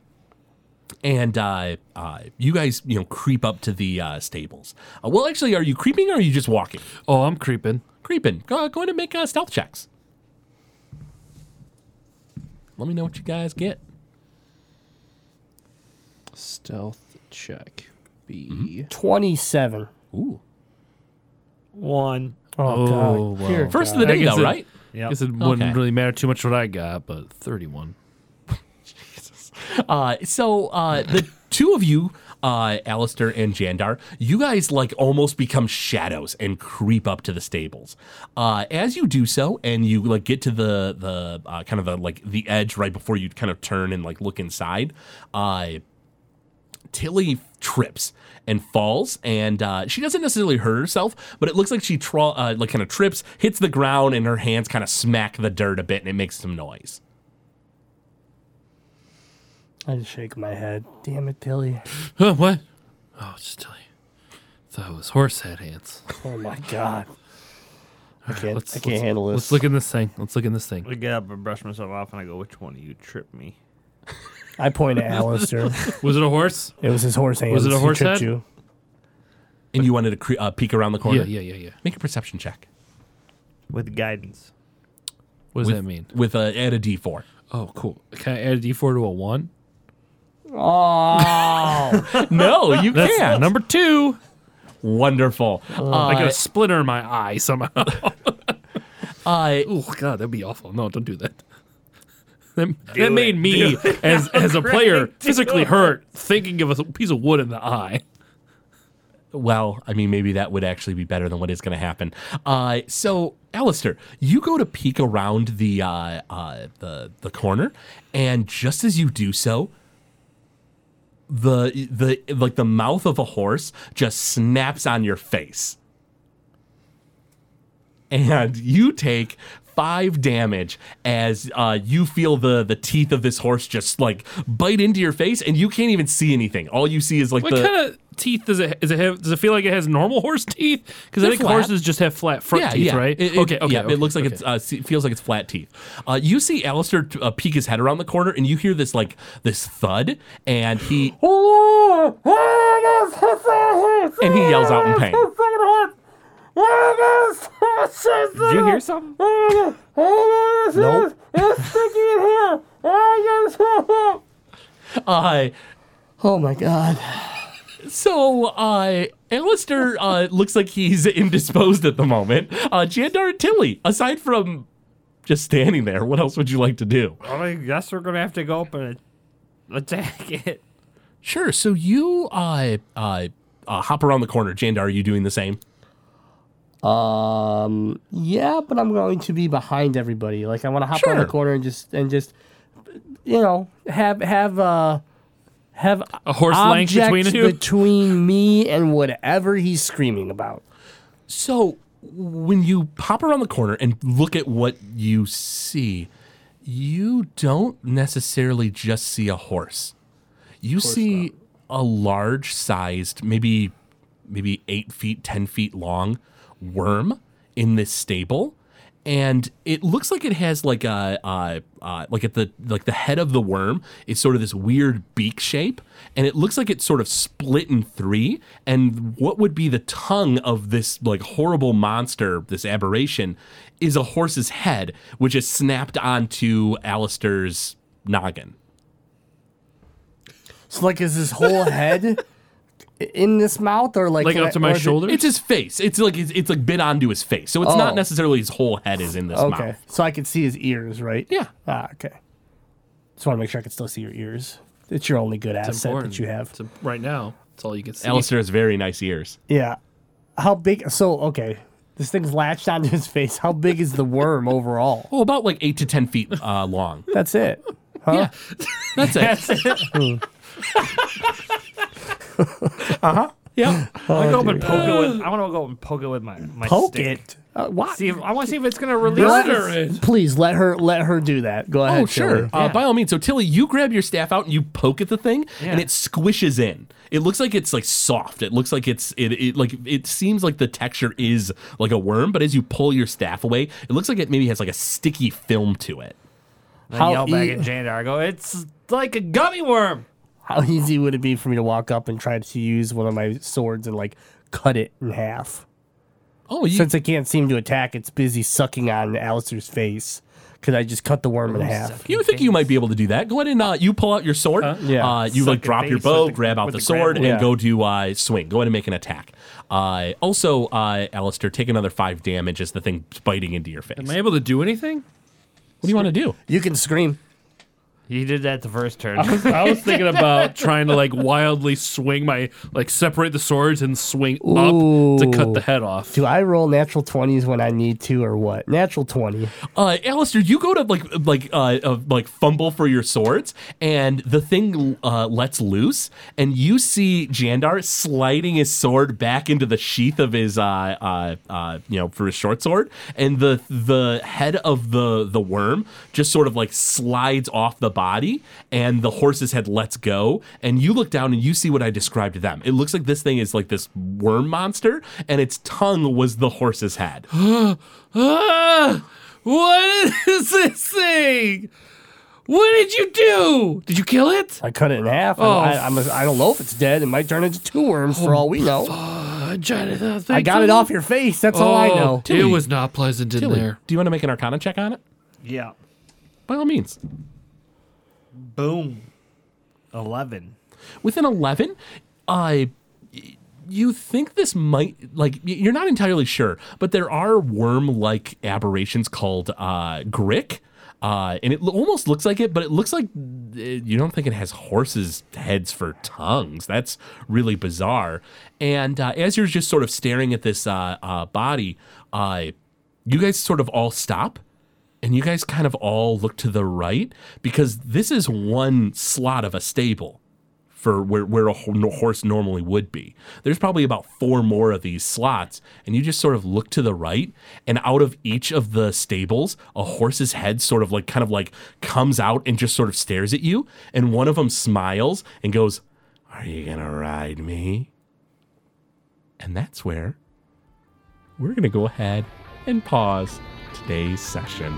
[SPEAKER 1] and uh, uh, you guys, you know, creep up to the uh, stables. Uh, well, actually, are you creeping or are you just walking?
[SPEAKER 5] oh, I'm creeping.
[SPEAKER 1] Creeping. Go, go in and make uh, stealth checks. Let me know what you guys get.
[SPEAKER 5] Stealth check. B.
[SPEAKER 1] Mm-hmm.
[SPEAKER 3] Twenty-seven.
[SPEAKER 1] Ooh.
[SPEAKER 4] One.
[SPEAKER 5] Oh,
[SPEAKER 3] God.
[SPEAKER 5] wow.
[SPEAKER 3] Here,
[SPEAKER 1] First of the day,
[SPEAKER 5] guess
[SPEAKER 1] though,
[SPEAKER 5] it-
[SPEAKER 1] right?
[SPEAKER 4] Yep.
[SPEAKER 5] Guess it wouldn't
[SPEAKER 1] Okay.
[SPEAKER 5] really matter too much what I got, but 31.
[SPEAKER 1] Uh, so uh, the two of you, uh, Alistair and Jandar, you guys like almost become shadows and creep up to the stables. Uh, as you do so, and you like get to the the uh, kind of the like the edge right before you kind of turn and like look inside. Uh, Tilly trips and falls, and uh, she doesn't necessarily hurt herself, but it looks like she tra- uh, like kind of trips, hits the ground, and her hands kind of smack the dirt a bit, and it makes some noise.
[SPEAKER 3] I just shake my head. Damn it, Tilly.
[SPEAKER 5] Huh, what? Oh, just tell you. Thought it was horse head hands.
[SPEAKER 3] Oh my god. I can't.
[SPEAKER 5] Let's,
[SPEAKER 3] I can't
[SPEAKER 5] let's-
[SPEAKER 3] handle this.
[SPEAKER 5] Let's look in this thing. Let's look in this thing.
[SPEAKER 4] I get up and brush myself off, and I go, "Which one of you tripped me?"
[SPEAKER 3] I point at Alistair.
[SPEAKER 5] Was it a horse?
[SPEAKER 3] it was his horse hands.
[SPEAKER 5] Was it a
[SPEAKER 3] He
[SPEAKER 5] horse
[SPEAKER 3] tripped
[SPEAKER 5] head?
[SPEAKER 3] You.
[SPEAKER 1] And you wanted to cre- uh, peek around the corner.
[SPEAKER 5] Yeah, yeah, yeah, yeah.
[SPEAKER 1] Make a perception check.
[SPEAKER 4] With guidance.
[SPEAKER 5] What does
[SPEAKER 1] with,
[SPEAKER 5] that mean?
[SPEAKER 1] With a add a d4.
[SPEAKER 5] Oh, cool. Can I add a D4 to a one?
[SPEAKER 3] Oh,
[SPEAKER 1] No, you can't.
[SPEAKER 5] number two.
[SPEAKER 1] Wonderful.
[SPEAKER 5] I got
[SPEAKER 1] Uh,
[SPEAKER 5] a splinter in my eye somehow.
[SPEAKER 1] uh,
[SPEAKER 5] oh God, that'd be awful. No, don't do that. That, that made me as as a player physically hurt thinking of a piece of wood in the eye.
[SPEAKER 1] well, I mean, maybe that would actually be better than what is going to happen. Uh, so, Alistair, you go to peek around the uh, uh, the the corner, and just as you do so, the the like the mouth of a horse just snaps on your face and you take five damage as uh, you feel the the teeth of this horse just like bite into your face and you can't even see anything all you see is like
[SPEAKER 5] What
[SPEAKER 1] the
[SPEAKER 5] kind of teeth does it is it have? Does it feel like it has normal horse teeth? Because I
[SPEAKER 1] They're
[SPEAKER 5] think
[SPEAKER 1] flat.
[SPEAKER 5] horses just have flat front
[SPEAKER 1] yeah,
[SPEAKER 5] teeth,
[SPEAKER 1] yeah.
[SPEAKER 5] right?
[SPEAKER 1] It- it-
[SPEAKER 5] okay, okay,
[SPEAKER 1] yeah,
[SPEAKER 5] okay,
[SPEAKER 1] It looks like
[SPEAKER 5] okay.
[SPEAKER 1] it's uh, se- feels like it's flat teeth. Uh, you see Alistair t- uh, peek his head around the corner, and you hear this like this thud, and he and he yells out in pain.
[SPEAKER 4] Did you hear something?
[SPEAKER 3] Nope.
[SPEAKER 1] Uh,
[SPEAKER 3] Oh my god.
[SPEAKER 1] so uh, Alistair uh, looks like he's indisposed at the moment. Uh, Jandar and Tilly, aside from just standing there, what else would you like to do?
[SPEAKER 4] Well, I guess we're gonna have to go up and attack it.
[SPEAKER 1] Sure. So you uh, uh, uh, hop around the corner. Jandar, are you doing the same?
[SPEAKER 3] Um. Yeah, but I'm going to be behind everybody. Like I want to hop on the
[SPEAKER 1] Sure.
[SPEAKER 3] corner and just and just, you know, have have uh have
[SPEAKER 5] a horse length
[SPEAKER 3] objects
[SPEAKER 5] between the two.
[SPEAKER 3] between me and whatever he's screaming about.
[SPEAKER 1] So when you hop around the corner and look at what you see, you don't necessarily just see a horse. You see a large sized, maybe maybe eight feet, ten feet long worm in this stable. And it looks like it has like a uh, uh, like at the like the head of the worm is sort of this weird beak shape, and it looks like it's sort of split in three. And what would be the tongue of this like horrible monster, this aberration, is a horse's head, which is snapped onto Alistair's noggin.
[SPEAKER 3] So like, is his whole head in this mouth or like
[SPEAKER 5] like
[SPEAKER 3] can
[SPEAKER 5] up
[SPEAKER 3] I-
[SPEAKER 5] to
[SPEAKER 3] or
[SPEAKER 5] my
[SPEAKER 3] is it-
[SPEAKER 5] shoulders.
[SPEAKER 1] It's his face. It's like it's, it's like bit onto his face, so it's not
[SPEAKER 3] Oh.
[SPEAKER 1] necessarily his whole head is in this
[SPEAKER 3] Okay,
[SPEAKER 1] mouth.
[SPEAKER 3] so I can see his ears, right?
[SPEAKER 1] Yeah.
[SPEAKER 3] Ah, okay. Just want to make sure I can still see your ears. It's your only good asset that you have.
[SPEAKER 5] It's a- right now. That's all you can see.
[SPEAKER 1] Alistair has very nice ears.
[SPEAKER 3] Yeah. How big? So okay, this thing's latched onto his face. How big is the worm overall?
[SPEAKER 1] Oh, about like eight to ten feet uh, long.
[SPEAKER 3] That's it. Huh? Hmm.
[SPEAKER 1] Yeah, that's it. uh huh.
[SPEAKER 3] Uh-huh.
[SPEAKER 1] Yeah.
[SPEAKER 4] I wanna go up and poke it with. I want to go up and poke it with my my
[SPEAKER 3] Poke
[SPEAKER 4] stick.
[SPEAKER 3] it. Uh, why?
[SPEAKER 4] See if I want to see if it's gonna release.
[SPEAKER 3] Let-
[SPEAKER 4] its-
[SPEAKER 3] please let her let her do that. Go ahead.
[SPEAKER 1] Oh, sure.
[SPEAKER 3] Tilly.
[SPEAKER 1] Uh, by all means. So, Tilly, you grab your staff out and you poke at the thing, and
[SPEAKER 4] Yeah.
[SPEAKER 1] it squishes in. It looks like it's like soft. It looks like it's it, it like it seems like the texture is like a worm, but as you pull your staff away, it looks like it maybe has like a sticky film to it.
[SPEAKER 4] I yell back
[SPEAKER 3] e-
[SPEAKER 4] at Jandar. I go, it's like a gummy worm.
[SPEAKER 3] How easy would it be for me to walk up and try to use one of my swords and like cut it in half?
[SPEAKER 1] Oh, you,
[SPEAKER 3] Since it can't seem to attack, it's busy sucking on Alistair's face. Could I just cut the worm in half?
[SPEAKER 1] You think you might be able to do that? Go ahead and uh, you pull out your sword.
[SPEAKER 3] Yeah.
[SPEAKER 1] Uh, you
[SPEAKER 4] Suck
[SPEAKER 1] like
[SPEAKER 4] it
[SPEAKER 1] drop your
[SPEAKER 4] face with
[SPEAKER 1] bow,
[SPEAKER 4] the-
[SPEAKER 1] grab out
[SPEAKER 4] with
[SPEAKER 1] the
[SPEAKER 4] the
[SPEAKER 1] sword, and
[SPEAKER 4] grapple.
[SPEAKER 1] go to uh, swing. Go ahead and make an attack. Uh, also, uh, Alistair, take another five damage as the thing's biting into your face.
[SPEAKER 5] Am I able to do anything?
[SPEAKER 1] what do you want to do?
[SPEAKER 3] You can scream.
[SPEAKER 4] You did that the first turn.
[SPEAKER 5] I was, I was thinking about trying to like wildly swing my like separate the swords and swing up to cut the head off.
[SPEAKER 3] Do I roll natural twenties when I need to, or what? Natural twenty.
[SPEAKER 1] Uh, Alistair, you go to like like uh, uh, like fumble for your swords, and the thing uh, lets loose, and you see Jandar sliding his sword back into the sheath of his uh, uh, uh, you know for his short sword, and the the head of the the worm just sort of like slides off the body, and the horse's head lets go, and you look down and you see what I described to them. It looks like this thing is like this worm monster, and its tongue was the horse's head.
[SPEAKER 5] Ah, what is this thing? What did you do? Did you kill it?
[SPEAKER 3] I cut it in half. Oh, I, I'm a, I don't know if it's dead. It might turn into two worms for all we know.
[SPEAKER 5] Uh, Jonathan,
[SPEAKER 3] I got it off your face. That's all I know.
[SPEAKER 5] Oh, It was not pleasant in
[SPEAKER 1] Billy,
[SPEAKER 5] there.
[SPEAKER 1] Do you want to make an Arcana check on it?
[SPEAKER 4] yeah.
[SPEAKER 1] By all means.
[SPEAKER 4] Boom. Eleven.
[SPEAKER 1] With an eleven, I. You think this might like y- you're not entirely sure, but there are worm-like aberrations called uh, grick Uh, and it lo- almost looks like it, but it looks like uh, you don't think it has horses' heads for tongues. That's really bizarre. And uh, as you're just sort of staring at this uh, uh, body, uh, you guys sort of all stop and you guys kind of all look to the right because this is one slot of a stable for where, where a ho- no- horse normally would be. There's probably about four more of these slots, and you just sort of look to the right, and out of each of the stables, a horse's head sort of like kind of like comes out and just sort of stares at you, and one of them smiles and goes, "Are you gonna ride me?" And that's where we're gonna go ahead and pause today's session.